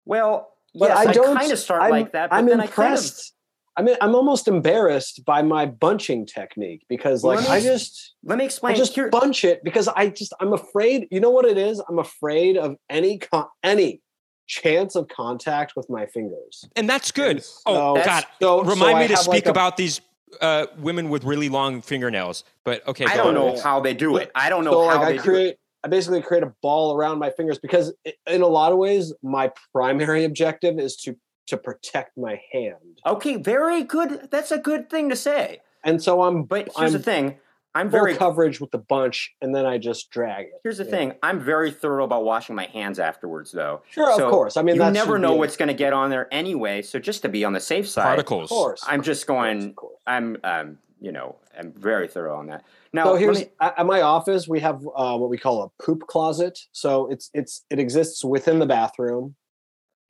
[SPEAKER 1] Well,
[SPEAKER 3] but
[SPEAKER 1] yes,
[SPEAKER 3] I
[SPEAKER 1] I,
[SPEAKER 3] don't-
[SPEAKER 1] kind of start
[SPEAKER 3] I'm,
[SPEAKER 1] like that, but
[SPEAKER 3] I'm
[SPEAKER 1] then
[SPEAKER 3] impressed. I mean, I'm almost embarrassed by my bunching technique because,
[SPEAKER 1] Well,
[SPEAKER 3] like,
[SPEAKER 1] let
[SPEAKER 3] I
[SPEAKER 1] me-
[SPEAKER 3] just,
[SPEAKER 1] I kind of let me
[SPEAKER 3] I
[SPEAKER 1] explain.
[SPEAKER 3] just
[SPEAKER 1] Here-
[SPEAKER 3] bunch it because I just, I'm afraid. You know what it is? I'm afraid of any con- any chance of contact with my fingers.
[SPEAKER 2] and that's good.
[SPEAKER 3] So-
[SPEAKER 2] Oh
[SPEAKER 1] That's-
[SPEAKER 2] God,
[SPEAKER 3] So
[SPEAKER 2] remind
[SPEAKER 3] so I
[SPEAKER 2] me to
[SPEAKER 3] have,
[SPEAKER 2] speak
[SPEAKER 3] like, a-
[SPEAKER 2] about these uh, women with really long fingernails. But okay,
[SPEAKER 1] I
[SPEAKER 2] go
[SPEAKER 1] don't
[SPEAKER 2] on.
[SPEAKER 1] know how they do it. I don't know
[SPEAKER 3] so
[SPEAKER 1] how
[SPEAKER 3] like
[SPEAKER 1] they
[SPEAKER 3] I
[SPEAKER 1] do it.
[SPEAKER 3] create, I basically create a ball around my fingers because i- in a lot of ways, my primary objective is to to protect my hand,
[SPEAKER 1] Okay, very good. That's a good thing to say.
[SPEAKER 3] and so I'm
[SPEAKER 1] But here's
[SPEAKER 3] I'm
[SPEAKER 1] the thing. I'm
[SPEAKER 3] full
[SPEAKER 1] very
[SPEAKER 3] coverage with the bunch, and then I just drag it.
[SPEAKER 1] here's the
[SPEAKER 3] Yeah.
[SPEAKER 1] thing. I'm very thorough about washing my hands afterwards, though.
[SPEAKER 3] Sure,
[SPEAKER 1] So
[SPEAKER 3] of course. I mean,
[SPEAKER 1] you
[SPEAKER 3] that
[SPEAKER 1] never
[SPEAKER 3] should
[SPEAKER 1] know
[SPEAKER 3] be-
[SPEAKER 1] what's going to get on there anyway. So just to be on the safe side,
[SPEAKER 3] Of
[SPEAKER 2] particles.
[SPEAKER 3] course,
[SPEAKER 1] I'm just
[SPEAKER 3] of course,
[SPEAKER 1] going.
[SPEAKER 3] of course.
[SPEAKER 1] I'm, um, you know, I'm very thorough on that. Now,
[SPEAKER 3] So
[SPEAKER 1] let
[SPEAKER 3] here's
[SPEAKER 1] me-
[SPEAKER 3] at at my office we have uh, what we call a poop closet. So it's it's it exists within the bathroom,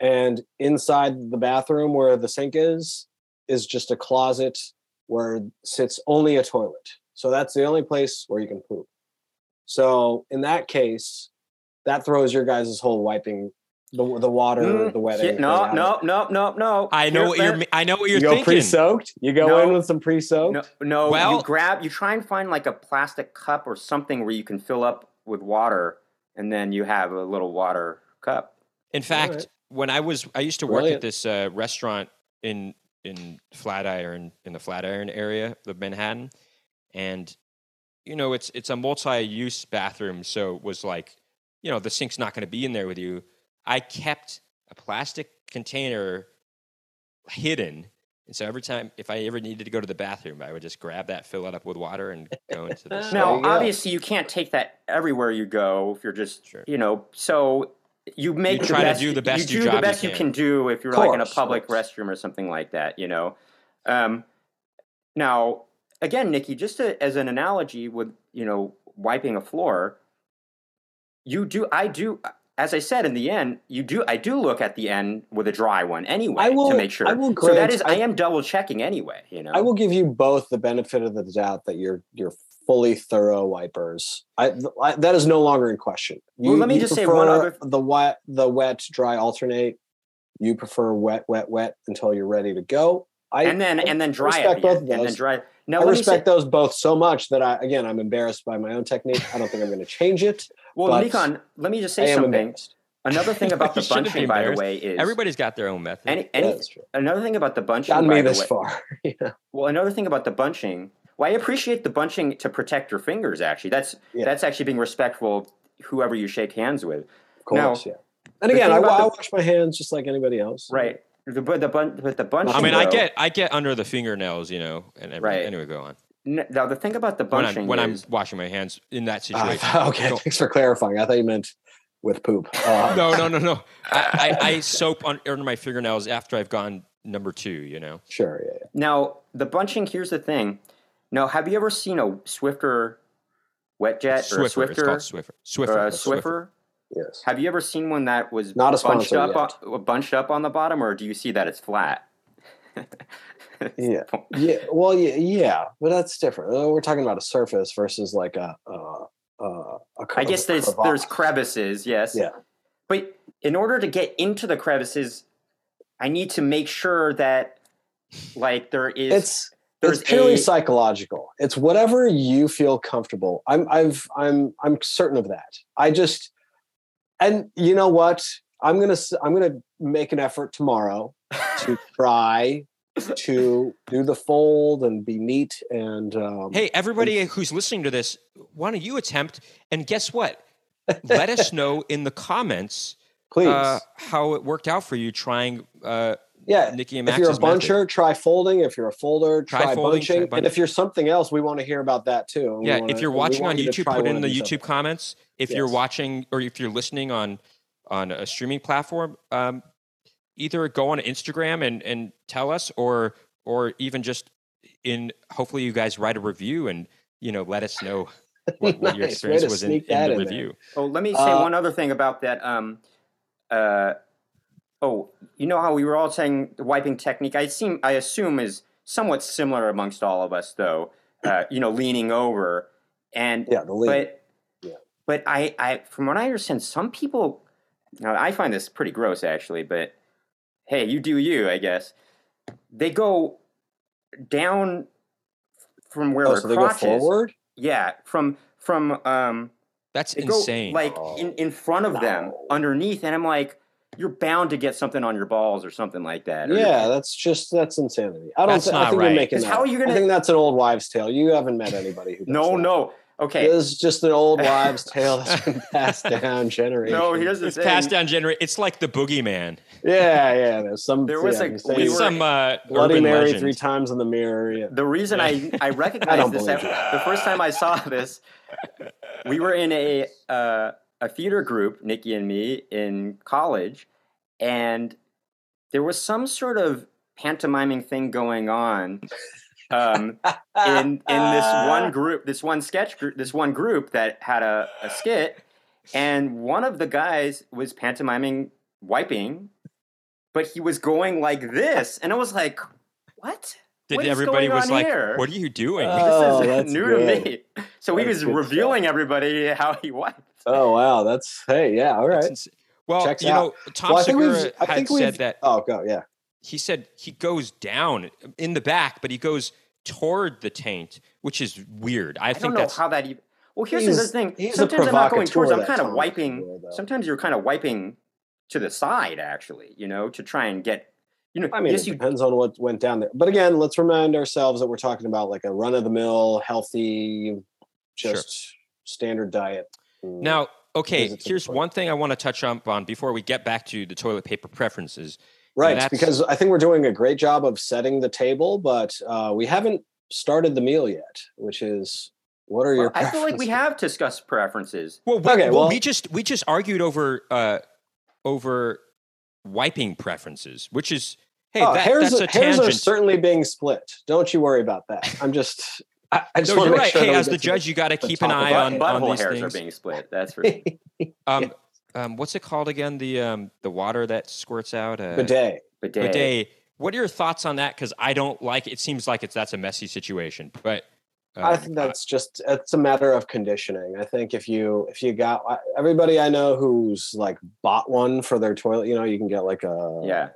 [SPEAKER 3] and inside the bathroom where the sink is is just a closet where sits only a toilet. So that's the only place where you can poop. So in that case, that throws your guys' whole wiping the the water
[SPEAKER 1] Mm,
[SPEAKER 3] the wet.
[SPEAKER 1] shit,
[SPEAKER 3] anything
[SPEAKER 1] no,
[SPEAKER 3] out.
[SPEAKER 1] no, no, no, no.
[SPEAKER 2] I know
[SPEAKER 1] Here,
[SPEAKER 2] what you're.
[SPEAKER 1] let-
[SPEAKER 2] mi- I know what
[SPEAKER 3] You
[SPEAKER 2] you're
[SPEAKER 3] go
[SPEAKER 2] thinking.
[SPEAKER 3] pre-soaked. You go
[SPEAKER 1] No.
[SPEAKER 3] in with some pre-soaked.
[SPEAKER 1] No, no. you
[SPEAKER 2] Well-
[SPEAKER 1] grab. You try and find like a plastic cup or something where you can fill up with water, and then you have a little water cup.
[SPEAKER 2] In
[SPEAKER 3] All right.
[SPEAKER 2] fact, when I was, I used to work
[SPEAKER 3] Brilliant.
[SPEAKER 2] at this uh, restaurant in in Flatiron in the Flatiron area of Manhattan, and you know it's it's a multi-use bathroom, so it was like you know the sink's not going to be in there with you. I kept a plastic container hidden, and so every time if I ever needed to go to the bathroom, I would just grab that, fill it up with water, and go into the
[SPEAKER 3] There
[SPEAKER 1] Now,
[SPEAKER 3] you go.
[SPEAKER 1] obviously, you can't take that everywhere you go if you're just,
[SPEAKER 2] Sure.
[SPEAKER 1] you know. So you make the
[SPEAKER 2] try to
[SPEAKER 1] best-
[SPEAKER 2] do the best
[SPEAKER 1] You
[SPEAKER 2] you
[SPEAKER 1] do the
[SPEAKER 2] job you
[SPEAKER 1] best you
[SPEAKER 2] can.
[SPEAKER 1] can do if you're like in a
[SPEAKER 3] Course,
[SPEAKER 1] public
[SPEAKER 3] course.
[SPEAKER 1] restroom or something like that, you know. Um, now, again, Nikki, just to, as an analogy with you know wiping a floor, you do. I do. As I said in the end, you do. I do look at the end with a dry one anyway
[SPEAKER 3] I will-
[SPEAKER 1] to make sure.
[SPEAKER 3] I will
[SPEAKER 1] so that
[SPEAKER 3] grant-
[SPEAKER 1] is, I, am double checking anyway. You know,
[SPEAKER 3] I will give you both the benefit of the doubt that you're you're fully thorough wipers. I, I that is no longer in question. You,
[SPEAKER 1] Well, let me
[SPEAKER 3] you
[SPEAKER 1] just say one
[SPEAKER 3] prefer
[SPEAKER 1] other-
[SPEAKER 3] the wet the wet dry alternate. You prefer wet wet wet until you're ready to go. I
[SPEAKER 1] and then and then dry
[SPEAKER 3] respect
[SPEAKER 1] at the
[SPEAKER 3] both
[SPEAKER 1] end,
[SPEAKER 3] of
[SPEAKER 1] and then
[SPEAKER 3] those.
[SPEAKER 1] dry. Now
[SPEAKER 3] I
[SPEAKER 1] let me say,
[SPEAKER 3] respect those both so much that I again I'm embarrassed by my own technique. I don't think I'm going to change it.
[SPEAKER 1] Well,
[SPEAKER 3] but
[SPEAKER 1] Nikon, let me just
[SPEAKER 3] I
[SPEAKER 1] say
[SPEAKER 3] am
[SPEAKER 1] something.
[SPEAKER 3] embarrassed.
[SPEAKER 1] Another thing about the
[SPEAKER 2] You shouldn't be
[SPEAKER 1] bunching, by the
[SPEAKER 2] embarrassed.
[SPEAKER 1] way, is
[SPEAKER 2] Everybody's got their own method.
[SPEAKER 1] any, any,
[SPEAKER 3] That's true.
[SPEAKER 1] another thing about the bunching.
[SPEAKER 3] Gotten
[SPEAKER 1] by
[SPEAKER 3] me
[SPEAKER 1] the
[SPEAKER 3] this
[SPEAKER 1] way,
[SPEAKER 3] far. yeah.
[SPEAKER 1] Well, another thing about the bunching. Well, I appreciate the bunching to protect your fingers. Actually, that's
[SPEAKER 3] Yeah.
[SPEAKER 1] that's actually being respectful of whoever you shake hands with.
[SPEAKER 3] Of course, yeah. And
[SPEAKER 1] the
[SPEAKER 3] again,
[SPEAKER 1] thing
[SPEAKER 3] I,
[SPEAKER 1] about
[SPEAKER 3] I
[SPEAKER 1] the-
[SPEAKER 3] wash my hands just like anybody else.
[SPEAKER 1] Right. The, but the bun, but the bunching.
[SPEAKER 2] I mean, I
[SPEAKER 1] though-
[SPEAKER 2] get I get under the fingernails, you know, and everything.
[SPEAKER 1] Right.
[SPEAKER 2] Anyway, go on.
[SPEAKER 1] n- Now the thing about the
[SPEAKER 2] when
[SPEAKER 1] bunching
[SPEAKER 2] I'm when
[SPEAKER 1] is-
[SPEAKER 2] I'm washing my hands in that
[SPEAKER 3] Ah,
[SPEAKER 2] situation.
[SPEAKER 3] okay,
[SPEAKER 2] Go-
[SPEAKER 3] thanks for clarifying. I thought you meant with poop. Uh,
[SPEAKER 2] no, no, no, no. I, I, I soap on, under my fingernails after I've gone number two. You know,
[SPEAKER 3] Sure, yeah,
[SPEAKER 1] now the bunching. Here's the thing. Now, have you ever seen a Swifter wet jet or a
[SPEAKER 2] Swiffer. It's called Swiffer. Swiffer.
[SPEAKER 1] or a
[SPEAKER 2] it's Swiffer.
[SPEAKER 1] Swiffer?
[SPEAKER 3] yeah. yes.
[SPEAKER 1] Have you ever seen one that was
[SPEAKER 3] Not a
[SPEAKER 1] bunched
[SPEAKER 3] sponsor
[SPEAKER 1] up on, bunched up on the bottom, or do you see that it's flat?
[SPEAKER 3] Yeah, yeah. Well, yeah, yeah, but that's different. Uh, We're talking about a surface versus like a uh, uh, a cre-
[SPEAKER 1] I guess there's
[SPEAKER 3] crevasse.
[SPEAKER 1] there's crevices, yes.
[SPEAKER 3] Yeah.
[SPEAKER 1] But in order to get into the crevices, I need to make sure that like there is
[SPEAKER 3] It's
[SPEAKER 1] there's
[SPEAKER 3] it's purely
[SPEAKER 1] a-
[SPEAKER 3] psychological. It's whatever you feel comfortable. I'm I've I'm I'm certain of that. I just and you know what? I'm gonna s- I'm gonna make an effort tomorrow to try to do the fold and be neat and um,
[SPEAKER 2] Hey, everybody who's listening to this, why don't you attempt? And guess what? Let us know in the comments
[SPEAKER 3] please
[SPEAKER 2] uh, how it worked out for you trying uh,
[SPEAKER 3] yeah
[SPEAKER 2] Nikki and
[SPEAKER 3] if
[SPEAKER 2] Max's
[SPEAKER 3] you're a buncher
[SPEAKER 2] method.
[SPEAKER 3] try folding if you're a folder try,
[SPEAKER 2] Try folding, try
[SPEAKER 3] bunching and
[SPEAKER 2] bunching.
[SPEAKER 3] if you're something else we want to hear about that too We
[SPEAKER 2] Yeah,
[SPEAKER 3] wanna-
[SPEAKER 2] if you're
[SPEAKER 3] we
[SPEAKER 2] watching on
[SPEAKER 3] want you to
[SPEAKER 2] YouTube,
[SPEAKER 3] try
[SPEAKER 2] put
[SPEAKER 3] one
[SPEAKER 2] in
[SPEAKER 3] of
[SPEAKER 2] the
[SPEAKER 3] these
[SPEAKER 2] YouTube
[SPEAKER 3] other-
[SPEAKER 2] comments. If you're
[SPEAKER 3] Yes.
[SPEAKER 2] watching or if you're listening on on a streaming platform, um, either go on Instagram and and tell us, or or even just in. Hopefully, you guys write a review and you know let us know what, what your
[SPEAKER 3] Nice.
[SPEAKER 2] experience
[SPEAKER 3] Way to
[SPEAKER 2] was in,
[SPEAKER 3] sneak
[SPEAKER 2] in
[SPEAKER 3] that
[SPEAKER 2] the
[SPEAKER 3] in there.
[SPEAKER 2] review.
[SPEAKER 1] Oh, let me say
[SPEAKER 3] Uh,
[SPEAKER 1] one other thing about that. Um, uh, oh, you know how we were all saying the wiping technique. I seem, I assume, is somewhat similar amongst all of us, though. Uh, you know, leaning over, and
[SPEAKER 3] Yeah, the lead.
[SPEAKER 1] but
[SPEAKER 3] Yeah.
[SPEAKER 1] but I, I from what I understand, some people. Now I find this pretty gross, actually, but hey, you do you, I guess. They go down from where
[SPEAKER 3] oh,
[SPEAKER 1] their
[SPEAKER 3] so they go
[SPEAKER 1] crotch is.
[SPEAKER 3] forward.
[SPEAKER 1] Yeah, from from um
[SPEAKER 2] That's
[SPEAKER 1] they
[SPEAKER 2] insane.
[SPEAKER 1] go like in, in front of them
[SPEAKER 3] No.
[SPEAKER 1] underneath and i'm like you're bound to get something on your balls or something like that or
[SPEAKER 3] Yeah,
[SPEAKER 1] you're-
[SPEAKER 3] that's just that's insanity. I don't.
[SPEAKER 2] That's
[SPEAKER 3] thi- I
[SPEAKER 2] not
[SPEAKER 3] think
[SPEAKER 2] right.
[SPEAKER 3] you're making
[SPEAKER 1] 'Cause
[SPEAKER 3] that.
[SPEAKER 1] how are you gonna-
[SPEAKER 3] I think that's an old wives' tale. You haven't met anybody who. Does
[SPEAKER 1] no
[SPEAKER 3] that.
[SPEAKER 1] no okay
[SPEAKER 3] This is just an old wives' tale that's been passed down generation.
[SPEAKER 1] no here's the
[SPEAKER 2] it's
[SPEAKER 1] thing
[SPEAKER 2] passed down generation. It's like the boogeyman.
[SPEAKER 3] Yeah, yeah. There's some.
[SPEAKER 1] There was
[SPEAKER 3] yeah,
[SPEAKER 1] a-
[SPEAKER 3] you say
[SPEAKER 1] We
[SPEAKER 2] It's
[SPEAKER 1] were-
[SPEAKER 2] some uh,
[SPEAKER 3] Bloody
[SPEAKER 2] urban
[SPEAKER 3] Mary
[SPEAKER 2] legend.
[SPEAKER 3] three times in the mirror. Yeah.
[SPEAKER 1] the reason i i
[SPEAKER 3] don't
[SPEAKER 1] recognized this
[SPEAKER 3] believe
[SPEAKER 1] I- the first time i saw this we were in a uh, a theater group nikki and me in college and there was some sort of pantomiming thing going on um in in this one group, this one sketch group, this one group that had a, a skit, and one of the guys was pantomiming wiping, but he was going like this, and I was like, "What?
[SPEAKER 2] Did
[SPEAKER 1] What is
[SPEAKER 2] everybody
[SPEAKER 1] going
[SPEAKER 2] was
[SPEAKER 1] on
[SPEAKER 2] like,
[SPEAKER 1] here?
[SPEAKER 2] "What are you doing?"
[SPEAKER 3] Uh,
[SPEAKER 1] This
[SPEAKER 3] Oh,
[SPEAKER 1] is
[SPEAKER 3] that's
[SPEAKER 1] new
[SPEAKER 3] good.
[SPEAKER 1] to me." So he
[SPEAKER 3] That's
[SPEAKER 1] was
[SPEAKER 3] good
[SPEAKER 1] revealing everybody how he wiped.
[SPEAKER 3] Oh wow, that's hey, yeah, all
[SPEAKER 2] That's
[SPEAKER 3] right.
[SPEAKER 2] ins- well,
[SPEAKER 3] Checks
[SPEAKER 2] you
[SPEAKER 3] out.
[SPEAKER 2] know, Tom
[SPEAKER 3] Well, I think we've-
[SPEAKER 2] Segura
[SPEAKER 3] I
[SPEAKER 2] had
[SPEAKER 3] think we've-
[SPEAKER 2] said that
[SPEAKER 3] Oh go yeah.
[SPEAKER 2] he said he goes down in the back, but he goes toward the taint, which is weird. I,
[SPEAKER 1] I, don't
[SPEAKER 2] think
[SPEAKER 1] know
[SPEAKER 2] that's
[SPEAKER 1] how that. Even, well, here's
[SPEAKER 3] He's-
[SPEAKER 1] the thing.
[SPEAKER 3] he's a
[SPEAKER 1] Sometimes I'm not going
[SPEAKER 3] provocateur,
[SPEAKER 1] towards. I'm
[SPEAKER 3] that
[SPEAKER 1] kind of
[SPEAKER 3] Tom
[SPEAKER 1] wiping.
[SPEAKER 3] Segura, though.
[SPEAKER 1] sometimes you're kind of wiping to the side, actually. You know, to try and get. You know,
[SPEAKER 3] I mean,
[SPEAKER 1] yes,
[SPEAKER 3] it
[SPEAKER 1] you
[SPEAKER 3] depends on what went down there. But again, let's remind ourselves that we're talking about like a run of the mill, healthy,
[SPEAKER 2] Sure.
[SPEAKER 3] just standard diet. Mm.
[SPEAKER 2] Now, okay,
[SPEAKER 3] Visit to the
[SPEAKER 2] here's
[SPEAKER 3] toilet.
[SPEAKER 2] one thing I want to touch up on before we get back to the toilet paper preferences.
[SPEAKER 3] right,
[SPEAKER 2] that's-
[SPEAKER 3] because I think we're doing a great job of setting the table, but uh, we haven't started the meal yet, which is what are your?
[SPEAKER 1] I feel like we
[SPEAKER 3] preferences?
[SPEAKER 1] have discussed preferences.
[SPEAKER 2] Well, we,
[SPEAKER 3] Okay,
[SPEAKER 2] well,
[SPEAKER 3] well-
[SPEAKER 2] we just we just argued over uh, over wiping preferences, which is hey,
[SPEAKER 3] oh,
[SPEAKER 2] that,
[SPEAKER 3] hairs,
[SPEAKER 2] that's a
[SPEAKER 3] hairs are
[SPEAKER 2] tangent.
[SPEAKER 3] certainly being split. Don't you worry about that. I'm just. I, I just
[SPEAKER 2] no,
[SPEAKER 3] want to
[SPEAKER 2] you're
[SPEAKER 3] make
[SPEAKER 2] right.
[SPEAKER 3] sure.
[SPEAKER 2] hey,
[SPEAKER 3] that we
[SPEAKER 2] as the
[SPEAKER 3] get to
[SPEAKER 2] judge, you got to
[SPEAKER 3] the
[SPEAKER 2] keep an
[SPEAKER 3] top of
[SPEAKER 2] eye
[SPEAKER 3] it.
[SPEAKER 2] on,
[SPEAKER 1] But
[SPEAKER 2] on
[SPEAKER 1] butthole
[SPEAKER 2] these
[SPEAKER 1] hairs are
[SPEAKER 2] things.
[SPEAKER 1] being split. That's for sure.
[SPEAKER 2] Um, um, what's it called again? The um, the water that squirts out. Uh,
[SPEAKER 3] bidet.
[SPEAKER 1] bidet.
[SPEAKER 2] bidet. What are your thoughts on that? Because I don't like. It seems like it's that's a messy situation, but um,
[SPEAKER 3] I think that's just it's a matter of conditioning. I think if you if you got I- everybody I know who's like bought one for their toilet, you know, you can get like a
[SPEAKER 1] Yeah,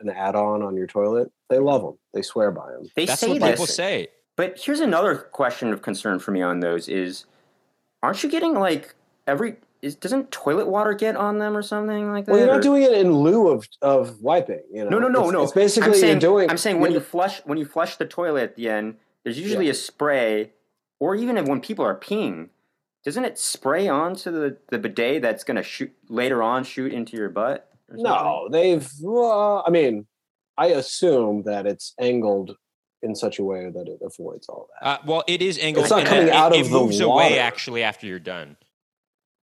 [SPEAKER 3] an add-on on your toilet. They love them. They swear by them.
[SPEAKER 1] they
[SPEAKER 2] that's
[SPEAKER 1] say
[SPEAKER 2] what
[SPEAKER 1] this.
[SPEAKER 2] people say.
[SPEAKER 1] But here's another question of concern for me on those: is aren't you getting like every? Is, doesn't toilet water get on them or something like that?
[SPEAKER 3] Well, you're not
[SPEAKER 1] or-
[SPEAKER 3] doing it in lieu of of wiping. You know,
[SPEAKER 1] No, no, no,
[SPEAKER 3] It's-
[SPEAKER 1] no.
[SPEAKER 3] It's basically
[SPEAKER 1] I'm saying,
[SPEAKER 3] you're doing.
[SPEAKER 1] I'm saying when you flush when you flush the toilet at the end, there's usually a spray, or even if when people are peeing, doesn't it spray onto the, the bidet that's gonna shoot later on shoot into your butt? or something?
[SPEAKER 3] No, they've. Well, I mean, I assume that it's angled in such a way that it avoids all that.
[SPEAKER 2] Uh, well, it is angled.
[SPEAKER 3] It's not
[SPEAKER 2] and
[SPEAKER 3] coming
[SPEAKER 2] it,
[SPEAKER 3] out
[SPEAKER 2] it,
[SPEAKER 3] of
[SPEAKER 2] it
[SPEAKER 3] the
[SPEAKER 2] moves away
[SPEAKER 3] water.
[SPEAKER 2] actually after you're done.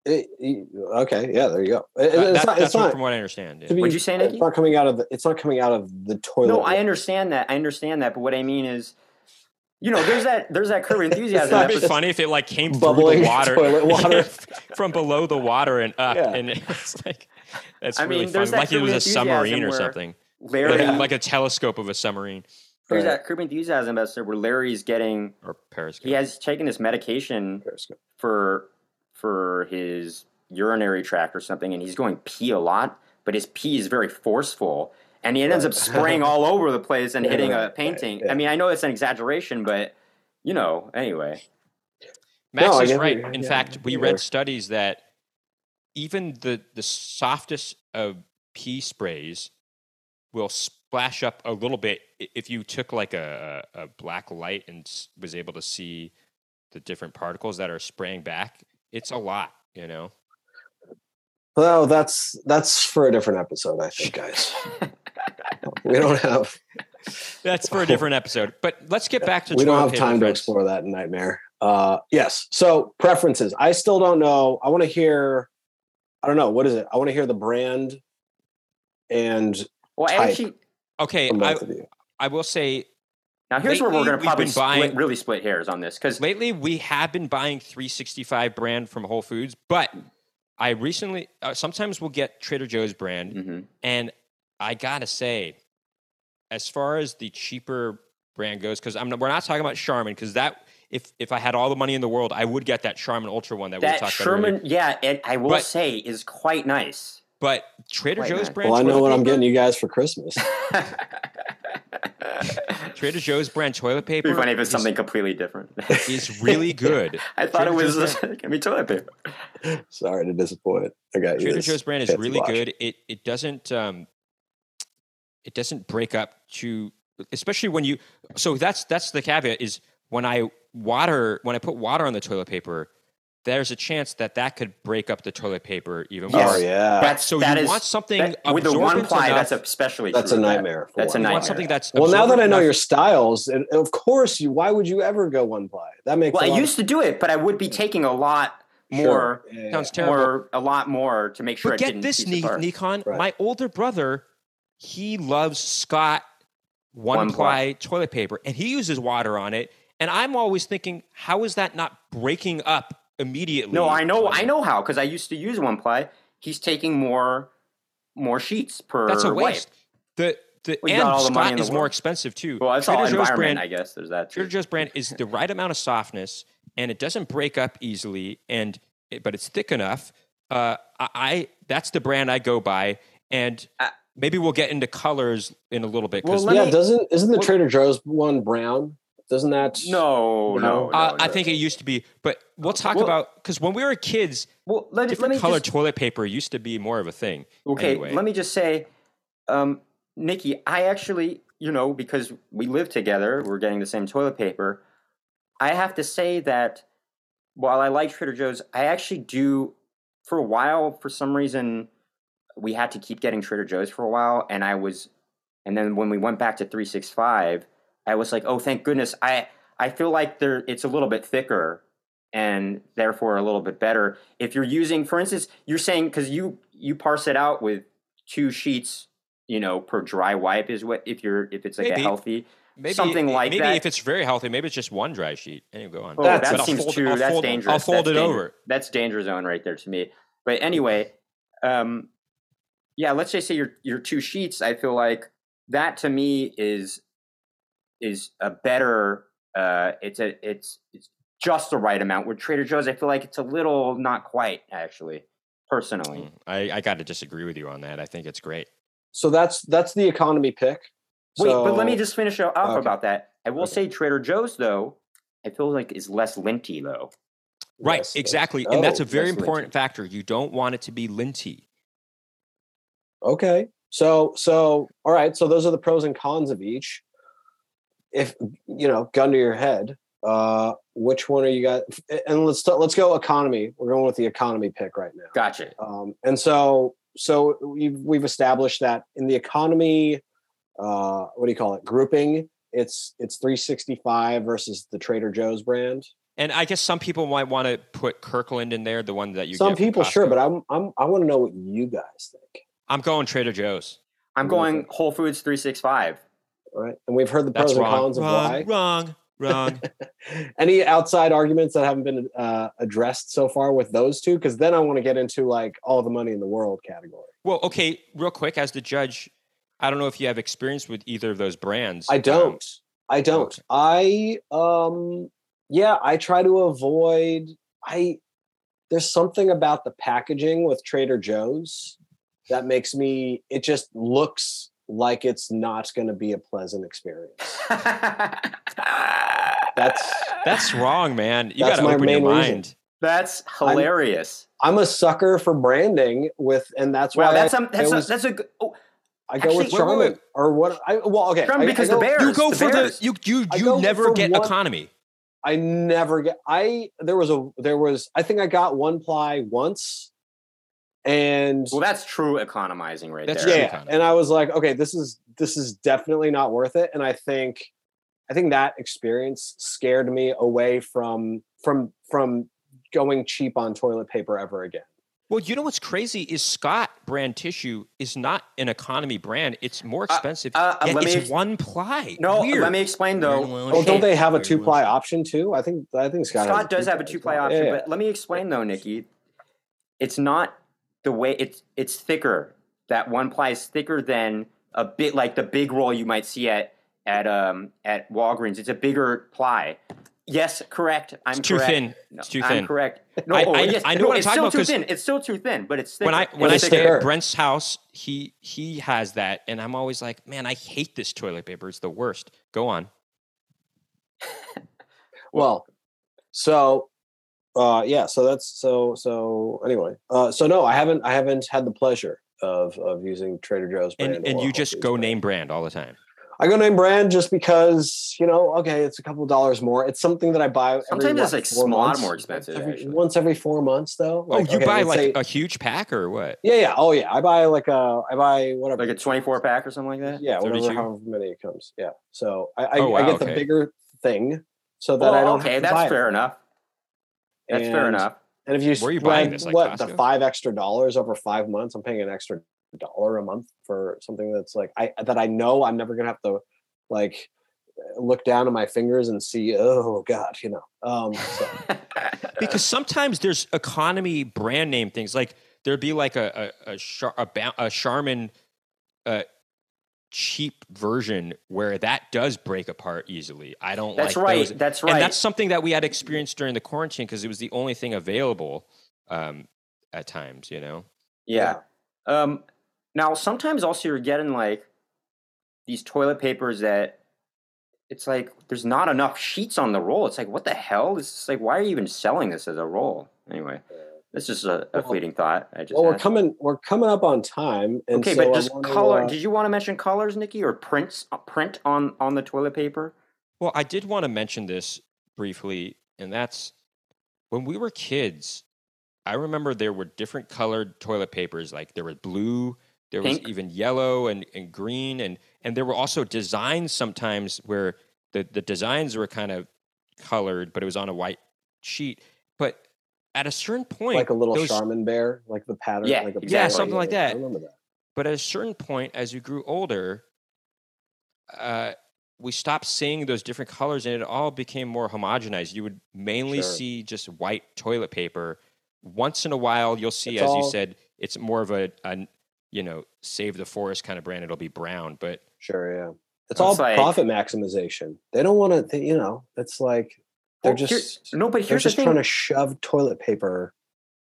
[SPEAKER 3] It- it- okay, yeah, there you go. It-
[SPEAKER 2] Uh,
[SPEAKER 3] it's not.
[SPEAKER 2] that- that's
[SPEAKER 3] It's
[SPEAKER 2] what,
[SPEAKER 3] not.
[SPEAKER 2] from what I understand. yeah.
[SPEAKER 3] to be
[SPEAKER 1] What'd you say,
[SPEAKER 3] fair,
[SPEAKER 1] Nikki?
[SPEAKER 3] It's not coming out of the. It's not coming out of the toilet.
[SPEAKER 1] No, I understand that. I understand that. But what I mean is, you know, there's that there's that curb enthusiasm.
[SPEAKER 3] not
[SPEAKER 2] It'd be
[SPEAKER 1] episode.
[SPEAKER 2] funny if it like came
[SPEAKER 3] Bubbling
[SPEAKER 2] through the water,
[SPEAKER 3] toilet water.
[SPEAKER 2] from below the water and up,
[SPEAKER 3] Yeah.
[SPEAKER 2] and it's like that's
[SPEAKER 1] I mean,
[SPEAKER 2] really
[SPEAKER 1] there's
[SPEAKER 2] fun.
[SPEAKER 1] that
[SPEAKER 2] Like it was a
[SPEAKER 1] enthusiasm
[SPEAKER 2] submarine or
[SPEAKER 1] where
[SPEAKER 2] something, like,
[SPEAKER 1] Larry,
[SPEAKER 2] a- like a telescope of a submarine
[SPEAKER 1] there's
[SPEAKER 3] Right.
[SPEAKER 1] that curb enthusiasm episode where Larry's getting
[SPEAKER 2] or periscope.
[SPEAKER 1] he has taken this medication
[SPEAKER 3] Periscope.
[SPEAKER 1] for for his urinary tract or something, and he's going pee a lot, but his pee is very forceful, and he ends up
[SPEAKER 3] Right.
[SPEAKER 1] spraying all over the place and
[SPEAKER 3] Yeah,
[SPEAKER 1] hitting
[SPEAKER 3] right,
[SPEAKER 1] a
[SPEAKER 3] right,
[SPEAKER 1] painting.
[SPEAKER 3] yeah.
[SPEAKER 1] I mean, I know it's an exaggeration, but you know, anyway,
[SPEAKER 2] Max
[SPEAKER 3] No, I
[SPEAKER 2] is
[SPEAKER 3] get
[SPEAKER 2] right.
[SPEAKER 3] it.
[SPEAKER 2] In
[SPEAKER 3] Yeah,
[SPEAKER 2] fact, we
[SPEAKER 3] yeah.
[SPEAKER 2] read studies that even the the softest of pea sprays will splash up a little bit i- if you took like a, a a black light and s- was able to see the different particles that are spraying back. It's a lot, you know.
[SPEAKER 3] Well, that's that's for a different episode, I think, guys. we don't have
[SPEAKER 2] That's for a different episode. But let's get back to
[SPEAKER 3] we don't
[SPEAKER 2] toilet
[SPEAKER 3] have
[SPEAKER 2] paper
[SPEAKER 3] time to
[SPEAKER 2] friends.
[SPEAKER 3] explore that nightmare. Uh, yes. So preferences. I still don't know. I want to hear. I don't know what is it. I want to hear the brand, and
[SPEAKER 1] well, I
[SPEAKER 3] Type.
[SPEAKER 1] actually
[SPEAKER 2] Okay,
[SPEAKER 3] from
[SPEAKER 2] I,
[SPEAKER 3] both of you.
[SPEAKER 2] I will say
[SPEAKER 1] Now here's where we're
[SPEAKER 2] Lately,
[SPEAKER 1] going to
[SPEAKER 2] we've
[SPEAKER 1] probably
[SPEAKER 2] been
[SPEAKER 1] split,
[SPEAKER 2] buying-
[SPEAKER 1] really split hairs on this because
[SPEAKER 2] Lately, we have been buying 365 brand from Whole Foods, but I recently uh, sometimes we'll get Trader Joe's brand,
[SPEAKER 1] Mm.
[SPEAKER 3] Mm-hmm.
[SPEAKER 2] and I gotta say, as far as the cheaper brand goes, because I'm not- we're not talking about Charmin, because that if if I had all the money in the world, I would get that Charmin Ultra one that, we
[SPEAKER 1] that
[SPEAKER 2] talked about.
[SPEAKER 1] Sherman,
[SPEAKER 2] earlier.
[SPEAKER 1] yeah, and I will
[SPEAKER 2] But-
[SPEAKER 1] say is quite nice.
[SPEAKER 2] But Trader
[SPEAKER 1] Wait,
[SPEAKER 2] Joe's
[SPEAKER 1] man.
[SPEAKER 2] brand.
[SPEAKER 3] Well, I know
[SPEAKER 2] toilet
[SPEAKER 3] what I'm
[SPEAKER 2] paper-
[SPEAKER 3] getting you guys for Christmas.
[SPEAKER 1] It'd
[SPEAKER 2] Trader Joe's brand toilet paper.
[SPEAKER 1] be funny if it's
[SPEAKER 2] is-
[SPEAKER 1] something completely different.
[SPEAKER 2] is really good.
[SPEAKER 1] I thought it
[SPEAKER 2] Trader
[SPEAKER 1] was
[SPEAKER 2] Joe's
[SPEAKER 1] gonna be toilet paper.
[SPEAKER 3] Sorry to disappoint. I got you.
[SPEAKER 2] Trader
[SPEAKER 3] this
[SPEAKER 2] Joe's brand is
[SPEAKER 3] fancy
[SPEAKER 2] really
[SPEAKER 3] watch.
[SPEAKER 2] good. It it doesn't um it doesn't break up to especially when you so that's that's the caveat is when I water when I put water on the toilet paper there's a chance that that could break up the toilet paper even more.
[SPEAKER 1] Yes.
[SPEAKER 3] Oh yeah,
[SPEAKER 1] That's
[SPEAKER 2] So
[SPEAKER 1] that
[SPEAKER 2] you
[SPEAKER 1] is-
[SPEAKER 2] want something
[SPEAKER 1] that- with the one
[SPEAKER 2] absorbent
[SPEAKER 1] ply.
[SPEAKER 2] enough-
[SPEAKER 1] That's especially
[SPEAKER 3] that's a
[SPEAKER 1] true.
[SPEAKER 3] nightmare. for
[SPEAKER 1] That's a
[SPEAKER 3] one.
[SPEAKER 2] You
[SPEAKER 1] nightmare.
[SPEAKER 2] want something that's
[SPEAKER 3] Well, now that I
[SPEAKER 2] absorbent
[SPEAKER 3] know
[SPEAKER 2] enough-
[SPEAKER 3] your styles, it, of course, you. Why would you ever go one ply? That makes.
[SPEAKER 1] Well,
[SPEAKER 3] a
[SPEAKER 1] I
[SPEAKER 3] lot
[SPEAKER 1] used to do it, but I would be taking a lot
[SPEAKER 3] of,
[SPEAKER 1] more,
[SPEAKER 3] Sure. Yeah, yeah,
[SPEAKER 2] sounds terrible.
[SPEAKER 1] more, a lot more to make sure.
[SPEAKER 2] but
[SPEAKER 1] it
[SPEAKER 2] get
[SPEAKER 1] didn't
[SPEAKER 2] this,
[SPEAKER 1] piece
[SPEAKER 2] Ni-
[SPEAKER 1] apart.
[SPEAKER 2] Nikon.
[SPEAKER 3] Right.
[SPEAKER 2] My older brother, he loves Scott one,
[SPEAKER 1] One ply.
[SPEAKER 2] ply toilet paper, and he uses water on it. And I'm always thinking, how is that not breaking up immediately?
[SPEAKER 1] No, I know, I know how because I used to use one ply. He's taking more, more sheets per.
[SPEAKER 2] That's a
[SPEAKER 1] wipe.
[SPEAKER 2] waste. The the
[SPEAKER 1] Well, you
[SPEAKER 2] and
[SPEAKER 1] got all the money in
[SPEAKER 2] Scott
[SPEAKER 1] the
[SPEAKER 2] is more
[SPEAKER 1] world.
[SPEAKER 2] expensive too.
[SPEAKER 1] Well, that's all
[SPEAKER 2] Trader Joe's
[SPEAKER 1] environment,
[SPEAKER 2] brand.
[SPEAKER 1] I guess. There's that.
[SPEAKER 2] Trader
[SPEAKER 1] Too.
[SPEAKER 2] Joe's brand is the right amount of softness, and it doesn't break up easily, and it, but it's thick enough. Uh, I, I that's the brand I go by, and.
[SPEAKER 1] Uh,
[SPEAKER 2] Maybe we'll get into colors in a little bit. 'cause
[SPEAKER 1] Well, let
[SPEAKER 3] yeah,
[SPEAKER 1] me-
[SPEAKER 3] doesn't isn't the
[SPEAKER 1] Well-
[SPEAKER 3] Trader Joe's one brown? Doesn't that
[SPEAKER 1] No, no, no,
[SPEAKER 3] No.
[SPEAKER 2] Uh, I
[SPEAKER 1] no.
[SPEAKER 2] think it used to be, but we'll talk
[SPEAKER 1] Well-
[SPEAKER 2] about because when we were kids,
[SPEAKER 1] Well, let, let
[SPEAKER 2] different
[SPEAKER 1] me
[SPEAKER 2] color
[SPEAKER 1] just,
[SPEAKER 2] toilet paper used to be more of a thing.
[SPEAKER 1] Okay,
[SPEAKER 2] anyway.
[SPEAKER 1] let me just say, um, Nikki, I actually, you know, because we live together, we're getting the same toilet paper. I have to say that while I like Trader Joe's, I actually do, for a while, for some reason, we had to keep getting Trader Joe's for a while. And I was, and then when we went back to 365, I was like, oh, thank goodness. I, I feel like there, it's a little bit thicker and therefore a little bit better. If you're using, for instance, you're saying because you you parse it out with two sheets, you know, per dry wipe is what if you're if it's like
[SPEAKER 2] Maybe.
[SPEAKER 1] a healthy.
[SPEAKER 2] Maybe
[SPEAKER 1] something like
[SPEAKER 2] maybe
[SPEAKER 1] that.
[SPEAKER 2] if it's very healthy, maybe it's just one dry sheet. Anyway, go on.
[SPEAKER 1] Oh,
[SPEAKER 3] That's-
[SPEAKER 1] that
[SPEAKER 2] But I'll
[SPEAKER 1] seems
[SPEAKER 2] fold-
[SPEAKER 1] too.
[SPEAKER 2] I'll
[SPEAKER 1] that's
[SPEAKER 2] fold-
[SPEAKER 1] dangerous.
[SPEAKER 2] I'll fold
[SPEAKER 1] that's
[SPEAKER 2] it
[SPEAKER 1] danger-
[SPEAKER 2] over.
[SPEAKER 1] That's danger zone right there to me. But anyway, um, yeah, let's just say your your two sheets. I feel like that to me is is a better. Uh, it's a it's it's just the right amount. With Trader Joe's, I feel like it's a little not quite actually. Personally,
[SPEAKER 2] Mm, I, I got to disagree with you on that. I think it's great.
[SPEAKER 3] So that's that's the economy pick.
[SPEAKER 1] Wait, but let me
[SPEAKER 3] So-
[SPEAKER 1] just finish off
[SPEAKER 3] Okay.
[SPEAKER 1] about that. I will
[SPEAKER 3] Okay.
[SPEAKER 1] say Trader Joe's though, I feel like is less linty though.
[SPEAKER 2] Right,
[SPEAKER 3] Yes, yes.
[SPEAKER 2] exactly, and that's
[SPEAKER 3] Oh,
[SPEAKER 2] a very
[SPEAKER 1] that's linty.
[SPEAKER 2] important factor. You don't want it to be linty.
[SPEAKER 3] Okay. So so all right. So those are the pros and cons of each. If you know, gun to your head, uh, which one are you guys? And let's let's go economy. We're going with the economy pick right now.
[SPEAKER 1] Gotcha.
[SPEAKER 3] Um, and so so we've we've established that in the economy, uh, what do you call it? Grouping. It's it's 365 versus the Trader Joe's brand.
[SPEAKER 2] And I guess some people might want to put Kirkland in there, the one that you.
[SPEAKER 3] Some
[SPEAKER 2] get from
[SPEAKER 3] people, sure,
[SPEAKER 2] Costco.
[SPEAKER 3] but I'm I'm I want to know what you guys think.
[SPEAKER 2] I'm going Trader Joe's.
[SPEAKER 1] I'm
[SPEAKER 3] Really
[SPEAKER 1] going
[SPEAKER 3] good.
[SPEAKER 1] Whole Foods 365.
[SPEAKER 3] All right, and we've heard the
[SPEAKER 2] That's
[SPEAKER 3] pros and
[SPEAKER 2] wrong.
[SPEAKER 3] cons of why.
[SPEAKER 2] Wrong, wrong, wrong.
[SPEAKER 3] any outside arguments that haven't been uh, addressed so far with those two because then i want to get into like all the money in the world category
[SPEAKER 2] Well, okay, real quick, as the judge, I don't know if you have experience with either of those brands.
[SPEAKER 3] i
[SPEAKER 2] Um,
[SPEAKER 3] don't i don't
[SPEAKER 2] okay.
[SPEAKER 3] i um yeah i try to avoid i there's something about the packaging with trader joe's that makes me it just looks like it's not going to be a pleasant experience
[SPEAKER 1] that's
[SPEAKER 2] that's wrong, man. You
[SPEAKER 3] That's
[SPEAKER 2] got to
[SPEAKER 3] my
[SPEAKER 2] open your
[SPEAKER 3] main reason.
[SPEAKER 2] mind.
[SPEAKER 1] that's hilarious.
[SPEAKER 3] i'm a sucker for branding with and that's
[SPEAKER 1] wow,
[SPEAKER 3] why
[SPEAKER 1] that's
[SPEAKER 3] I,
[SPEAKER 1] some that's
[SPEAKER 3] I
[SPEAKER 1] a,
[SPEAKER 3] was-
[SPEAKER 1] that's a good oh,
[SPEAKER 3] I go
[SPEAKER 1] actually-
[SPEAKER 3] with
[SPEAKER 2] wait, wait,
[SPEAKER 3] Charmin
[SPEAKER 2] wait.
[SPEAKER 3] or what I well okay
[SPEAKER 1] Charmin
[SPEAKER 3] I- I
[SPEAKER 1] because the
[SPEAKER 3] go-
[SPEAKER 1] bear-
[SPEAKER 2] You
[SPEAKER 1] Bears,
[SPEAKER 2] go
[SPEAKER 1] the
[SPEAKER 2] for the
[SPEAKER 1] Bears.
[SPEAKER 2] you you
[SPEAKER 3] I
[SPEAKER 2] you
[SPEAKER 3] go
[SPEAKER 2] never
[SPEAKER 3] for
[SPEAKER 2] get
[SPEAKER 3] one-
[SPEAKER 2] economy.
[SPEAKER 3] I never get I there was a there was I think I got one ply once and
[SPEAKER 1] well, that's true economizing right
[SPEAKER 2] That's-
[SPEAKER 1] there.
[SPEAKER 2] true
[SPEAKER 3] yeah
[SPEAKER 2] economy.
[SPEAKER 3] and I was like okay this is this is definitely not worth it and I think I think that experience scared me away from from from going cheap on toilet paper ever again.
[SPEAKER 2] Well, you know what's crazy is Scott brand tissue is not an economy brand. It's more expensive.
[SPEAKER 1] uh,
[SPEAKER 2] yet
[SPEAKER 1] let me
[SPEAKER 2] it's
[SPEAKER 1] ex-
[SPEAKER 2] one ply.
[SPEAKER 1] No, uh,
[SPEAKER 2] Weird.
[SPEAKER 1] let me explain though.
[SPEAKER 3] Oh, don't they have a two ply option too? I think I think Scott, has
[SPEAKER 1] Scott does have a two play
[SPEAKER 3] Yeah,
[SPEAKER 1] option,
[SPEAKER 3] yeah.
[SPEAKER 1] but let me explain though, Nikki. It's not the way it's it's thicker. That one ply is thicker than a bit like the big roll you might see at at um at Walgreens. It's a bigger ply. Yes, correct. I'm
[SPEAKER 2] It's too
[SPEAKER 1] correct.
[SPEAKER 2] thin.
[SPEAKER 1] No,
[SPEAKER 2] It's too
[SPEAKER 1] I'm
[SPEAKER 2] thin.
[SPEAKER 1] correct. No,
[SPEAKER 2] I-
[SPEAKER 1] oh,
[SPEAKER 2] I-
[SPEAKER 1] yes,
[SPEAKER 2] I know
[SPEAKER 1] no,
[SPEAKER 2] what I'm
[SPEAKER 1] it's
[SPEAKER 2] talking
[SPEAKER 1] still
[SPEAKER 2] about
[SPEAKER 1] too
[SPEAKER 2] 'cause
[SPEAKER 1] thin. It's still too thin, but it's thicker.
[SPEAKER 2] when I when I
[SPEAKER 3] it's
[SPEAKER 2] stay
[SPEAKER 3] thicker.
[SPEAKER 2] at Brent's house, he he has that, and I'm always like, man, I hate this toilet paper. It's the worst. Go on.
[SPEAKER 3] Well, so uh yeah, so that's so so anyway. Uh so no, I haven't I haven't had the pleasure of of using Trader Joe's brand.
[SPEAKER 2] And and
[SPEAKER 3] or
[SPEAKER 2] you
[SPEAKER 3] Whole
[SPEAKER 2] just
[SPEAKER 3] Foods
[SPEAKER 2] go
[SPEAKER 3] brand.
[SPEAKER 2] name brand all the time.
[SPEAKER 3] I go name brand just because, you know, okay, it's a couple dollars more. It's something that I buy every,
[SPEAKER 1] Sometimes
[SPEAKER 3] what,
[SPEAKER 1] it's like
[SPEAKER 3] four
[SPEAKER 1] small, a lot
[SPEAKER 3] months?
[SPEAKER 1] more expensive.
[SPEAKER 3] Every-
[SPEAKER 1] actually.
[SPEAKER 3] once every 4 months though.
[SPEAKER 2] oh, you
[SPEAKER 3] okay,
[SPEAKER 2] buy
[SPEAKER 3] let's
[SPEAKER 2] like
[SPEAKER 3] say-
[SPEAKER 2] a huge pack or what?
[SPEAKER 3] Yeah, yeah. Oh yeah, I buy like a I buy whatever.
[SPEAKER 1] like a 24 pack or something like that.
[SPEAKER 3] yeah, whatever,
[SPEAKER 2] 32?
[SPEAKER 3] however many it comes. Yeah. So I, I,
[SPEAKER 2] Oh,
[SPEAKER 3] I
[SPEAKER 2] wow,
[SPEAKER 3] get the
[SPEAKER 2] okay.
[SPEAKER 3] bigger thing so that
[SPEAKER 1] Well,
[SPEAKER 3] I don't
[SPEAKER 1] okay,
[SPEAKER 3] have to
[SPEAKER 1] that's
[SPEAKER 3] buy it.
[SPEAKER 1] fair enough. That's fair
[SPEAKER 3] And-
[SPEAKER 1] enough.
[SPEAKER 3] And if you
[SPEAKER 2] Where are you
[SPEAKER 3] spread,
[SPEAKER 2] buying this, like
[SPEAKER 3] what the
[SPEAKER 2] Costco?
[SPEAKER 3] five extra dollars over five months, I'm paying an extra dollar a month for something that's like I that I know I'm never gonna have to like look down at my fingers and see. Oh God, you know. Um, so,
[SPEAKER 2] Because sometimes there's economy brand name things. Like there'd be like a a a, Char, a, Ba- a Charmin uh, cheap version where that does break apart easily. I don't
[SPEAKER 1] That's
[SPEAKER 2] like
[SPEAKER 1] right.
[SPEAKER 2] those.
[SPEAKER 1] That's right.
[SPEAKER 2] And that's something that we had experienced during the quarantine because it was the only thing available um, at times, you know?
[SPEAKER 1] yeah. Um, now sometimes also you're getting like these toilet papers that it's like there's not enough sheets on the roll. It's like what the hell? This is like why are you even selling this as a roll? Anyway, this is a, a
[SPEAKER 3] Well-
[SPEAKER 1] fleeting thought. I just
[SPEAKER 3] well, we're
[SPEAKER 1] had.
[SPEAKER 3] coming. We're coming up on time. And
[SPEAKER 1] okay,
[SPEAKER 3] so
[SPEAKER 1] but
[SPEAKER 3] I
[SPEAKER 1] just
[SPEAKER 3] wanna,
[SPEAKER 1] color.
[SPEAKER 3] uh,
[SPEAKER 1] did you want to mention colors, Nikki, or prints? uh, Print on on the toilet paper.
[SPEAKER 2] Well, I did want to mention this briefly, and that's when we were kids, I remember there were different colored toilet papers. Like there was blue, there
[SPEAKER 1] Pink.
[SPEAKER 2] was even yellow and, and green, and and there were also designs sometimes where the, the designs were kind of colored, but it was on a white sheet. But at a certain point,
[SPEAKER 3] like a little
[SPEAKER 2] those-
[SPEAKER 3] Charmin bear, like the pattern.
[SPEAKER 1] Yeah,
[SPEAKER 3] like a
[SPEAKER 1] yeah,
[SPEAKER 3] pattern.
[SPEAKER 2] something like that.
[SPEAKER 3] I remember that.
[SPEAKER 2] But at a certain point, as you grew older, uh, we stopped seeing those different colors, and it all became more homogenized. You would mainly
[SPEAKER 3] Sure.
[SPEAKER 2] see just white toilet paper. Once in a while, you'll see,
[SPEAKER 3] It's
[SPEAKER 2] as you
[SPEAKER 3] all-
[SPEAKER 2] said, it's more of a, a you know save the forest kind of brand. It'll be brown, but
[SPEAKER 3] Sure, yeah. It's
[SPEAKER 1] It's
[SPEAKER 3] all
[SPEAKER 1] like-
[SPEAKER 3] profit maximization. They don't want to. You know, it's like they're
[SPEAKER 1] Well, here-
[SPEAKER 3] just.
[SPEAKER 1] no, but
[SPEAKER 3] They're
[SPEAKER 1] here's the
[SPEAKER 3] just
[SPEAKER 1] thing.
[SPEAKER 3] trying to shove toilet paper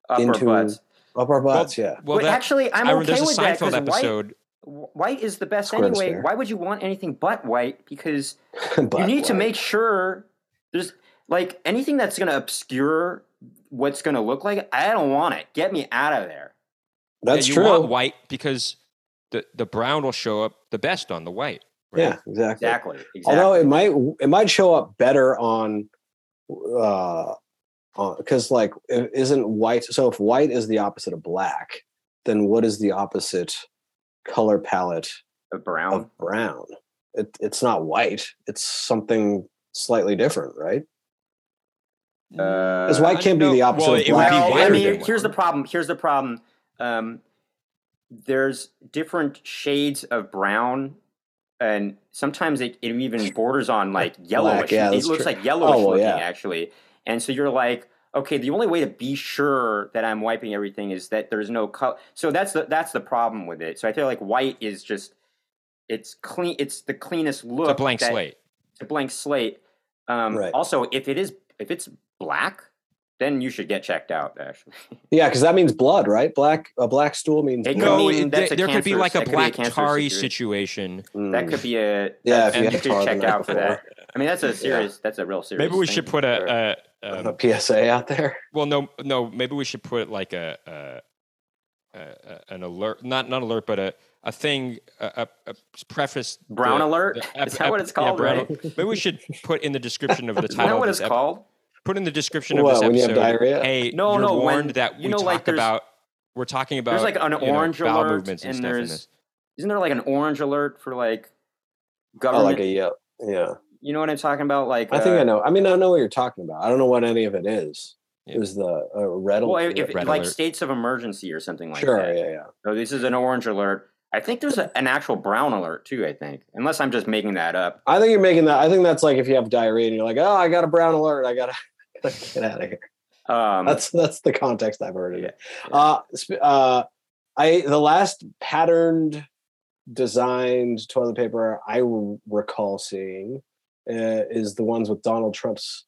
[SPEAKER 1] upper
[SPEAKER 3] into-
[SPEAKER 1] butts.
[SPEAKER 3] up our
[SPEAKER 2] Well,
[SPEAKER 3] butts. yeah,
[SPEAKER 2] well,
[SPEAKER 1] Wait,
[SPEAKER 2] that,
[SPEAKER 1] actually, I'm
[SPEAKER 2] I remember
[SPEAKER 1] okay
[SPEAKER 2] there's a
[SPEAKER 1] with that
[SPEAKER 2] Seinfeld
[SPEAKER 1] because white,
[SPEAKER 2] episode.
[SPEAKER 1] white is the best
[SPEAKER 3] Square and
[SPEAKER 1] anyway.
[SPEAKER 3] square.
[SPEAKER 1] Why would you want anything but white? Because
[SPEAKER 3] but
[SPEAKER 1] you need to
[SPEAKER 3] like,
[SPEAKER 1] make sure there's like anything that's going to obscure what's going to look like. I don't want it. Get me out of there.
[SPEAKER 2] yeah,
[SPEAKER 3] that's
[SPEAKER 2] you
[SPEAKER 3] true.
[SPEAKER 2] want white because the the brown will show up the best on the white. Right?
[SPEAKER 3] Yeah, exactly.
[SPEAKER 1] Exactly. Exactly.
[SPEAKER 3] Although it might it might show up better on, uh, because like i- isn't white. So if white is the opposite of black, then what is the opposite color palette
[SPEAKER 1] A brown.
[SPEAKER 3] of brown? It, it's not white. It's something slightly different, right?
[SPEAKER 1] Uh,
[SPEAKER 3] Because white
[SPEAKER 2] Mm. I
[SPEAKER 3] can't be
[SPEAKER 2] know-
[SPEAKER 3] the opposite
[SPEAKER 2] well,
[SPEAKER 3] of
[SPEAKER 2] it would
[SPEAKER 3] black.
[SPEAKER 2] be
[SPEAKER 1] well,
[SPEAKER 2] whiter
[SPEAKER 1] I mean,
[SPEAKER 2] than
[SPEAKER 1] here's the
[SPEAKER 2] white.
[SPEAKER 1] problem. Here's the problem. Um, there's different shades of brown, and sometimes it, it even borders on like yellowish.
[SPEAKER 3] yeah,
[SPEAKER 1] it
[SPEAKER 3] that's
[SPEAKER 1] looks
[SPEAKER 3] true.
[SPEAKER 1] like yellowish
[SPEAKER 3] Oh, well,
[SPEAKER 1] looking
[SPEAKER 3] yeah.
[SPEAKER 1] actually. And so you're like, okay, the only way to be sure that I'm wiping everything is that there's no color. So that's the that's the problem with it. So I feel like white is just it's clean. It's the cleanest look.
[SPEAKER 2] it's a blank
[SPEAKER 1] that-
[SPEAKER 2] slate.
[SPEAKER 1] It's a blank slate. Um,
[SPEAKER 3] Right.
[SPEAKER 1] Also, if it is if it's black, then you should get checked out. Actually.
[SPEAKER 3] Yeah, because that means blood, right? Black a black stool means
[SPEAKER 1] It
[SPEAKER 3] blood.
[SPEAKER 1] could
[SPEAKER 2] No,
[SPEAKER 1] mean
[SPEAKER 2] it-
[SPEAKER 1] that's a
[SPEAKER 2] there could be
[SPEAKER 1] cancerous-
[SPEAKER 2] like
[SPEAKER 1] that
[SPEAKER 2] a
[SPEAKER 1] could be a
[SPEAKER 2] black
[SPEAKER 1] cancerous
[SPEAKER 2] tarry
[SPEAKER 1] situation.
[SPEAKER 2] situation.
[SPEAKER 3] Hmm.
[SPEAKER 1] That could be a
[SPEAKER 3] Yeah,
[SPEAKER 1] that-
[SPEAKER 3] if you
[SPEAKER 1] you
[SPEAKER 3] had
[SPEAKER 1] should
[SPEAKER 3] tar the
[SPEAKER 1] check
[SPEAKER 3] night
[SPEAKER 1] out for that. I mean, that's a serious. That's a real serious.
[SPEAKER 2] Maybe we
[SPEAKER 1] thing
[SPEAKER 2] should put
[SPEAKER 1] for-
[SPEAKER 2] a, a um,
[SPEAKER 3] a PSA out there.
[SPEAKER 2] well, no, no. Maybe we should put like a, a, a, a an alert, not not alert, but a a thing, a, a, a preface.
[SPEAKER 1] brown
[SPEAKER 2] the-
[SPEAKER 1] alert.
[SPEAKER 2] the ep-
[SPEAKER 1] Is that what
[SPEAKER 2] ep-
[SPEAKER 1] it's called?
[SPEAKER 2] Yeah, brown
[SPEAKER 1] right?
[SPEAKER 2] alert. Maybe we should put in the description of the
[SPEAKER 1] Is that
[SPEAKER 2] title.
[SPEAKER 1] what
[SPEAKER 2] of
[SPEAKER 1] it's
[SPEAKER 2] this ep-
[SPEAKER 1] called?
[SPEAKER 2] Put in the description of
[SPEAKER 3] What
[SPEAKER 2] this
[SPEAKER 3] when you have
[SPEAKER 2] episode.
[SPEAKER 3] diarrhea?
[SPEAKER 2] Hey,
[SPEAKER 1] No,
[SPEAKER 2] you're
[SPEAKER 1] no, when-
[SPEAKER 2] warned that
[SPEAKER 1] you
[SPEAKER 2] we
[SPEAKER 1] know,
[SPEAKER 2] talk
[SPEAKER 1] like, there's-
[SPEAKER 2] about. We're talking about
[SPEAKER 1] There's like an
[SPEAKER 2] you know,
[SPEAKER 1] orange
[SPEAKER 2] bowel
[SPEAKER 1] alert,
[SPEAKER 2] movements and,
[SPEAKER 1] and
[SPEAKER 2] stuff. in
[SPEAKER 1] there's
[SPEAKER 2] this.
[SPEAKER 1] Isn't there like an orange alert for like
[SPEAKER 3] Oh,
[SPEAKER 1] government?
[SPEAKER 3] like a yeah, yeah.
[SPEAKER 1] you know what I'm talking about? Like
[SPEAKER 3] I think
[SPEAKER 1] uh,
[SPEAKER 3] I know. I mean, I know what you're talking about. I don't know what any of it is.
[SPEAKER 2] Yeah.
[SPEAKER 3] It was the uh, red.
[SPEAKER 1] Well,
[SPEAKER 3] alert.
[SPEAKER 1] if,
[SPEAKER 2] red
[SPEAKER 1] like
[SPEAKER 2] alert.
[SPEAKER 1] states of emergency or something like
[SPEAKER 3] sure,
[SPEAKER 1] that.
[SPEAKER 3] yeah, yeah.
[SPEAKER 1] So this is an orange alert. I think there's a, an actual brown alert too. I think, unless I'm just making that up.
[SPEAKER 3] I think you're making that. I think that's like if you have diarrhea and you're like, oh, I got a brown alert. I gotta, gotta get out of here.
[SPEAKER 1] Um,
[SPEAKER 3] That's that's the context I've heard of it. Uh, sp- uh, I the last patterned, designed toilet paper I r- recall seeing uh, is the ones with Donald Trump's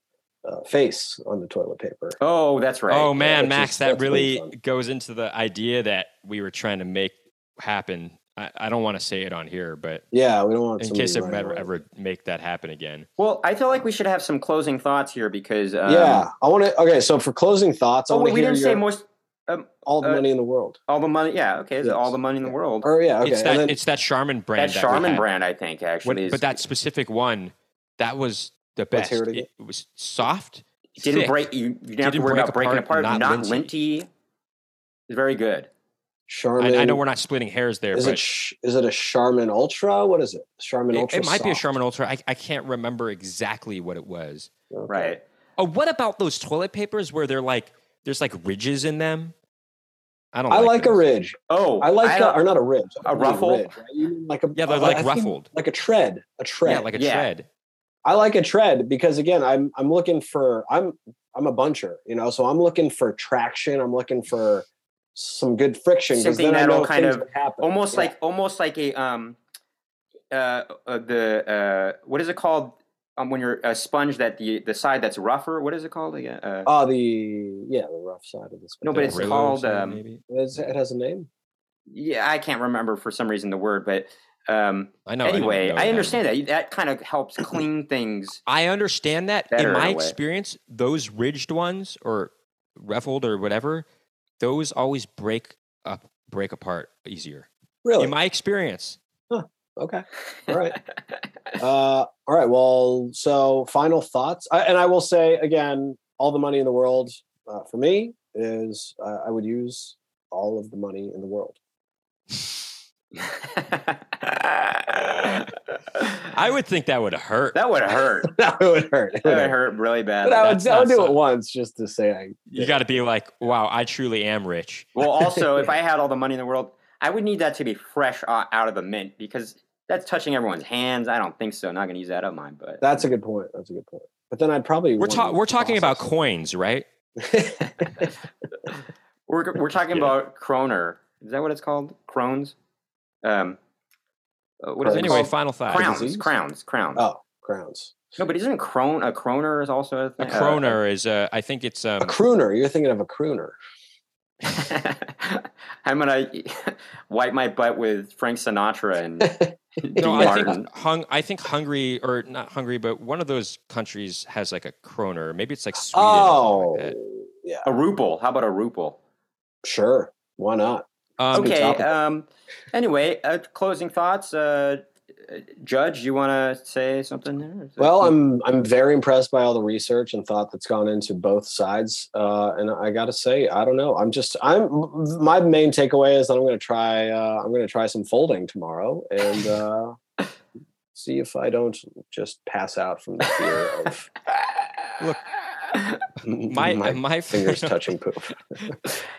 [SPEAKER 3] uh, face on the toilet paper.
[SPEAKER 1] oh, that's right.
[SPEAKER 2] Oh man,
[SPEAKER 3] That's
[SPEAKER 2] Max,
[SPEAKER 3] just-
[SPEAKER 2] that
[SPEAKER 3] that's really
[SPEAKER 2] really
[SPEAKER 3] fun.
[SPEAKER 2] goes into the idea that we were trying to make happen. I, I don't want to say it on here, but
[SPEAKER 3] Yeah, we don't want
[SPEAKER 2] in
[SPEAKER 3] somebody
[SPEAKER 2] case it
[SPEAKER 3] running
[SPEAKER 2] ever,
[SPEAKER 3] away.
[SPEAKER 2] ever make that happen again.
[SPEAKER 1] Well, I feel like we should have some closing thoughts here because um,
[SPEAKER 3] yeah, I want to. Okay, so for closing thoughts, I
[SPEAKER 1] Oh,
[SPEAKER 3] want
[SPEAKER 1] wait,
[SPEAKER 3] to
[SPEAKER 1] we
[SPEAKER 3] hear
[SPEAKER 1] didn't
[SPEAKER 3] your,
[SPEAKER 1] say most
[SPEAKER 3] all the
[SPEAKER 1] uh,
[SPEAKER 3] money in the world.
[SPEAKER 1] all the money. Yeah, okay, it's
[SPEAKER 3] Yes.
[SPEAKER 1] all the money in the world.
[SPEAKER 3] Or yeah, okay,
[SPEAKER 2] it's
[SPEAKER 3] and
[SPEAKER 2] that
[SPEAKER 3] then-
[SPEAKER 2] it's that Charmin brand.
[SPEAKER 1] that
[SPEAKER 2] we
[SPEAKER 1] Charmin
[SPEAKER 2] had.
[SPEAKER 1] brand, I think,
[SPEAKER 2] What-
[SPEAKER 1] actually, is,
[SPEAKER 2] but that specific one, that was the
[SPEAKER 3] Let's
[SPEAKER 2] best.
[SPEAKER 3] hear it
[SPEAKER 2] It,
[SPEAKER 3] again.
[SPEAKER 2] was soft.
[SPEAKER 1] didn't
[SPEAKER 2] thick.
[SPEAKER 1] break. You, you didn't have to
[SPEAKER 2] Didn't
[SPEAKER 1] worry
[SPEAKER 2] break
[SPEAKER 1] about breaking apart.
[SPEAKER 2] apart,
[SPEAKER 1] Not,
[SPEAKER 2] not
[SPEAKER 1] linty. Very good.
[SPEAKER 3] Charmin.
[SPEAKER 2] I, I know we're not splitting hairs there,
[SPEAKER 3] Is
[SPEAKER 2] but
[SPEAKER 3] it sh- is it a Charmin Ultra? What is it? Charmin
[SPEAKER 2] it,
[SPEAKER 3] Ultra.
[SPEAKER 2] it might be a
[SPEAKER 3] Soft.
[SPEAKER 2] Charmin Ultra. I, I can't remember exactly what it was.
[SPEAKER 3] Okay.
[SPEAKER 1] Right.
[SPEAKER 2] Oh, what about those toilet papers where they're like there's like ridges in them? I don't.
[SPEAKER 3] I like a
[SPEAKER 2] those.
[SPEAKER 3] ridge.
[SPEAKER 1] Oh,
[SPEAKER 3] I like a,
[SPEAKER 1] don't-
[SPEAKER 3] or not a ridge.
[SPEAKER 1] a
[SPEAKER 3] I mean
[SPEAKER 1] ruffle?
[SPEAKER 3] ridge, right? You mean like a
[SPEAKER 2] Yeah, they're
[SPEAKER 3] uh, I
[SPEAKER 2] like
[SPEAKER 3] think
[SPEAKER 2] ruffled.
[SPEAKER 3] like a tread, a tread.
[SPEAKER 2] Yeah, like a
[SPEAKER 1] Yeah.
[SPEAKER 2] tread.
[SPEAKER 3] I like a tread because again, I'm I'm looking for I'm I'm a buncher, you know, so I'm looking for traction. I'm looking for some good friction because
[SPEAKER 1] Something
[SPEAKER 3] then I
[SPEAKER 1] that'll
[SPEAKER 3] know
[SPEAKER 1] kind
[SPEAKER 3] things
[SPEAKER 1] of-
[SPEAKER 3] will happen.
[SPEAKER 1] almost
[SPEAKER 3] Yeah.
[SPEAKER 1] like almost like a um uh, uh the uh what is it called um when you're a sponge that the the side that's rougher what is it called again uh,
[SPEAKER 3] oh the yeah the rough side of this.
[SPEAKER 1] No, but
[SPEAKER 2] The
[SPEAKER 1] it's
[SPEAKER 2] Brillo or
[SPEAKER 1] called,
[SPEAKER 2] something,
[SPEAKER 1] um,
[SPEAKER 2] maybe?
[SPEAKER 3] it's, it has a name.
[SPEAKER 1] yeah i can't remember for some reason the word but um
[SPEAKER 2] I know. I didn't
[SPEAKER 1] anyway
[SPEAKER 2] know
[SPEAKER 1] i,
[SPEAKER 2] that.
[SPEAKER 1] understand that that kind of helps clean things
[SPEAKER 2] I understand that.
[SPEAKER 1] Better
[SPEAKER 2] in
[SPEAKER 1] in
[SPEAKER 2] my
[SPEAKER 1] a way.
[SPEAKER 2] experience, those ridged ones or ruffled or whatever, those always break up, break apart easier.
[SPEAKER 3] Really?
[SPEAKER 2] In my experience,
[SPEAKER 3] okay. All right. Uh, all right. Well, so final thoughts, I, and I will say again, all the money in the world uh, for me is uh, I would use all of the money in the world.
[SPEAKER 2] I would think that would hurt.
[SPEAKER 1] that would hurt
[SPEAKER 3] that would hurt. It
[SPEAKER 1] that
[SPEAKER 3] would
[SPEAKER 1] would
[SPEAKER 3] hurt.
[SPEAKER 1] hurt really bad
[SPEAKER 3] But I would,
[SPEAKER 2] That's
[SPEAKER 3] I would
[SPEAKER 2] not
[SPEAKER 3] do it
[SPEAKER 2] so-
[SPEAKER 3] once just to say I.
[SPEAKER 2] you got to be like, wow, I truly am rich.
[SPEAKER 1] well also if i had all the money in the world i would need that to be fresh o- out of the mint because that's touching everyone's hands i don't think so not gonna use that up mine but
[SPEAKER 3] That's a good point. That's a good point. But then I'd probably
[SPEAKER 2] We're
[SPEAKER 3] wanna
[SPEAKER 2] ta- we're talking about
[SPEAKER 3] process.
[SPEAKER 2] coins, right?
[SPEAKER 1] We're we're talking
[SPEAKER 2] Yeah.
[SPEAKER 1] about Kroner. Is that what it's called? Crones. Um, uh, what is
[SPEAKER 3] Crohn's.
[SPEAKER 1] it
[SPEAKER 2] Anyway,
[SPEAKER 1] called?
[SPEAKER 2] final thought.
[SPEAKER 1] crowns,
[SPEAKER 3] disease?
[SPEAKER 1] crowns, crowns.
[SPEAKER 3] oh crowns.
[SPEAKER 1] No, but isn't crone a croner is also a,
[SPEAKER 2] A
[SPEAKER 1] thing?
[SPEAKER 2] kroner is uh, I think it's um,
[SPEAKER 3] A crooner. You're thinking of a crooner.
[SPEAKER 1] I'm gonna wipe my butt with Frank Sinatra and
[SPEAKER 2] no,
[SPEAKER 1] Dean
[SPEAKER 2] I think
[SPEAKER 1] Martin.
[SPEAKER 2] hung, I think Hungary or not Hungary, but one of those countries has like a kroner. Maybe it's like Sweden.
[SPEAKER 3] oh,
[SPEAKER 2] or something like
[SPEAKER 3] yeah.
[SPEAKER 1] a ruple. How about a ruple?
[SPEAKER 3] Sure. Why not?
[SPEAKER 2] that. Um,
[SPEAKER 1] okay.
[SPEAKER 3] topical.
[SPEAKER 1] Um. Anyway, uh, closing thoughts. Uh, Judge, you want to say something there? Is that-
[SPEAKER 3] Well, I'm I'm very impressed by all the research and thought that's gone into both sides. Uh, and I got to say, I don't know. I'm just I'm my main takeaway is that I'm going to try uh, I'm going to try some folding tomorrow and uh, see if I don't just pass out from the fear of
[SPEAKER 2] Look,
[SPEAKER 3] my,
[SPEAKER 2] my
[SPEAKER 1] um,
[SPEAKER 2] my
[SPEAKER 3] fingers touching poop.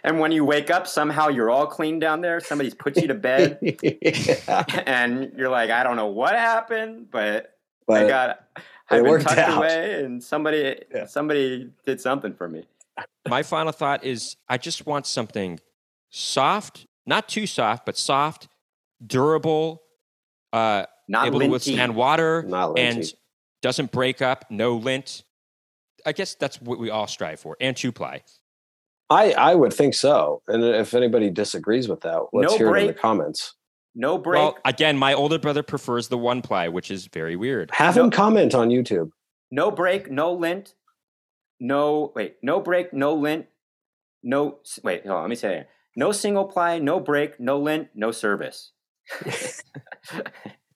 [SPEAKER 1] And when you wake up, somehow you're all clean down there. Somebody's put you to bed,
[SPEAKER 3] Yeah,
[SPEAKER 1] and you're like, I don't know what happened, but, I
[SPEAKER 3] but
[SPEAKER 1] got I've been
[SPEAKER 3] worked
[SPEAKER 1] tucked
[SPEAKER 3] out.
[SPEAKER 1] away, and somebody
[SPEAKER 3] Yeah.
[SPEAKER 1] somebody did something for me.
[SPEAKER 2] my final thought is I just want something soft, not too soft, but soft, durable, uh,
[SPEAKER 1] Not
[SPEAKER 2] able to
[SPEAKER 1] linty.
[SPEAKER 2] withstand water,
[SPEAKER 3] not
[SPEAKER 2] and
[SPEAKER 3] linty.
[SPEAKER 2] doesn't break up, no lint. I guess that's what we all strive for, and two ply.
[SPEAKER 3] I I would think so. And if anybody disagrees with that, let's
[SPEAKER 1] No
[SPEAKER 3] hear it in the
[SPEAKER 1] break.
[SPEAKER 3] comments.
[SPEAKER 1] No break.
[SPEAKER 2] Well, again, my older brother prefers the one ply, which is very weird.
[SPEAKER 3] Have
[SPEAKER 1] No-
[SPEAKER 3] him comment on YouTube.
[SPEAKER 1] no break. No lint. No wait. No break. No lint. No s- wait. Hold on. Let me say it. No single ply. No break. No lint. No service.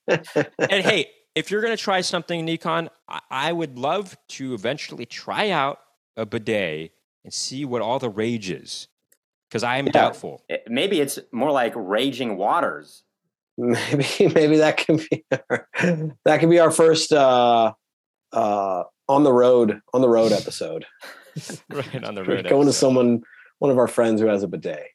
[SPEAKER 2] and hey, if you're going to try something Nikon, I, I would love to eventually try out a bidet and see what all the rage is, because I am
[SPEAKER 3] Yeah.
[SPEAKER 2] doubtful.
[SPEAKER 1] Eh, Maybe it's more like raging waters.
[SPEAKER 3] maybe maybe that can be our, that can be our first uh uh on the road on the road episode
[SPEAKER 2] right on the road.
[SPEAKER 3] Going to
[SPEAKER 2] episode.
[SPEAKER 3] someone, one of our friends who has a bidet.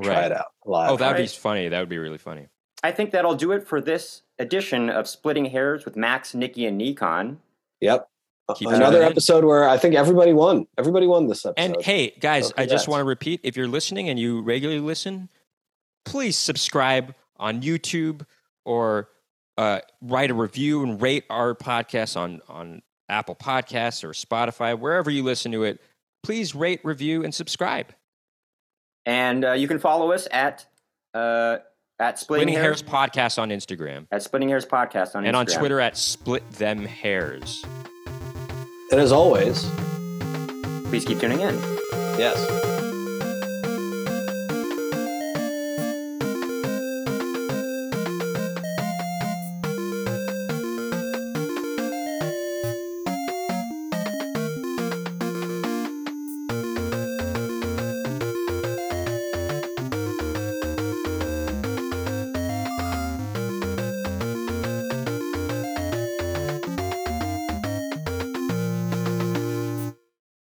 [SPEAKER 3] Try it
[SPEAKER 2] Right.
[SPEAKER 3] out live.
[SPEAKER 2] Oh, that'd be
[SPEAKER 1] Right.
[SPEAKER 2] funny. That would be really funny.
[SPEAKER 1] I think that'll do it for this edition of Splitting Hairs with Max, Nikki, and Nikon.
[SPEAKER 3] Yep.
[SPEAKER 2] Keep
[SPEAKER 3] Another
[SPEAKER 2] tuning in.
[SPEAKER 3] episode where I think everybody won. Everybody won this episode.
[SPEAKER 2] And hey, guys,
[SPEAKER 3] Okay,
[SPEAKER 2] I just
[SPEAKER 3] guys.
[SPEAKER 2] want to repeat if you're listening and you regularly listen, please subscribe on YouTube or uh, write a review and rate our podcast on, on Apple Podcasts or Spotify, wherever you listen to it. Please rate, review, and subscribe.
[SPEAKER 1] And uh, you can follow us at uh, at Splitting,
[SPEAKER 2] Winning
[SPEAKER 1] Hairs,
[SPEAKER 2] Hairs Podcast on Instagram
[SPEAKER 1] at Splitting Hairs Podcast on
[SPEAKER 2] and
[SPEAKER 1] Instagram.
[SPEAKER 2] on Twitter at Split Them Hairs.
[SPEAKER 3] and as always,
[SPEAKER 1] Please keep tuning in.
[SPEAKER 3] yes.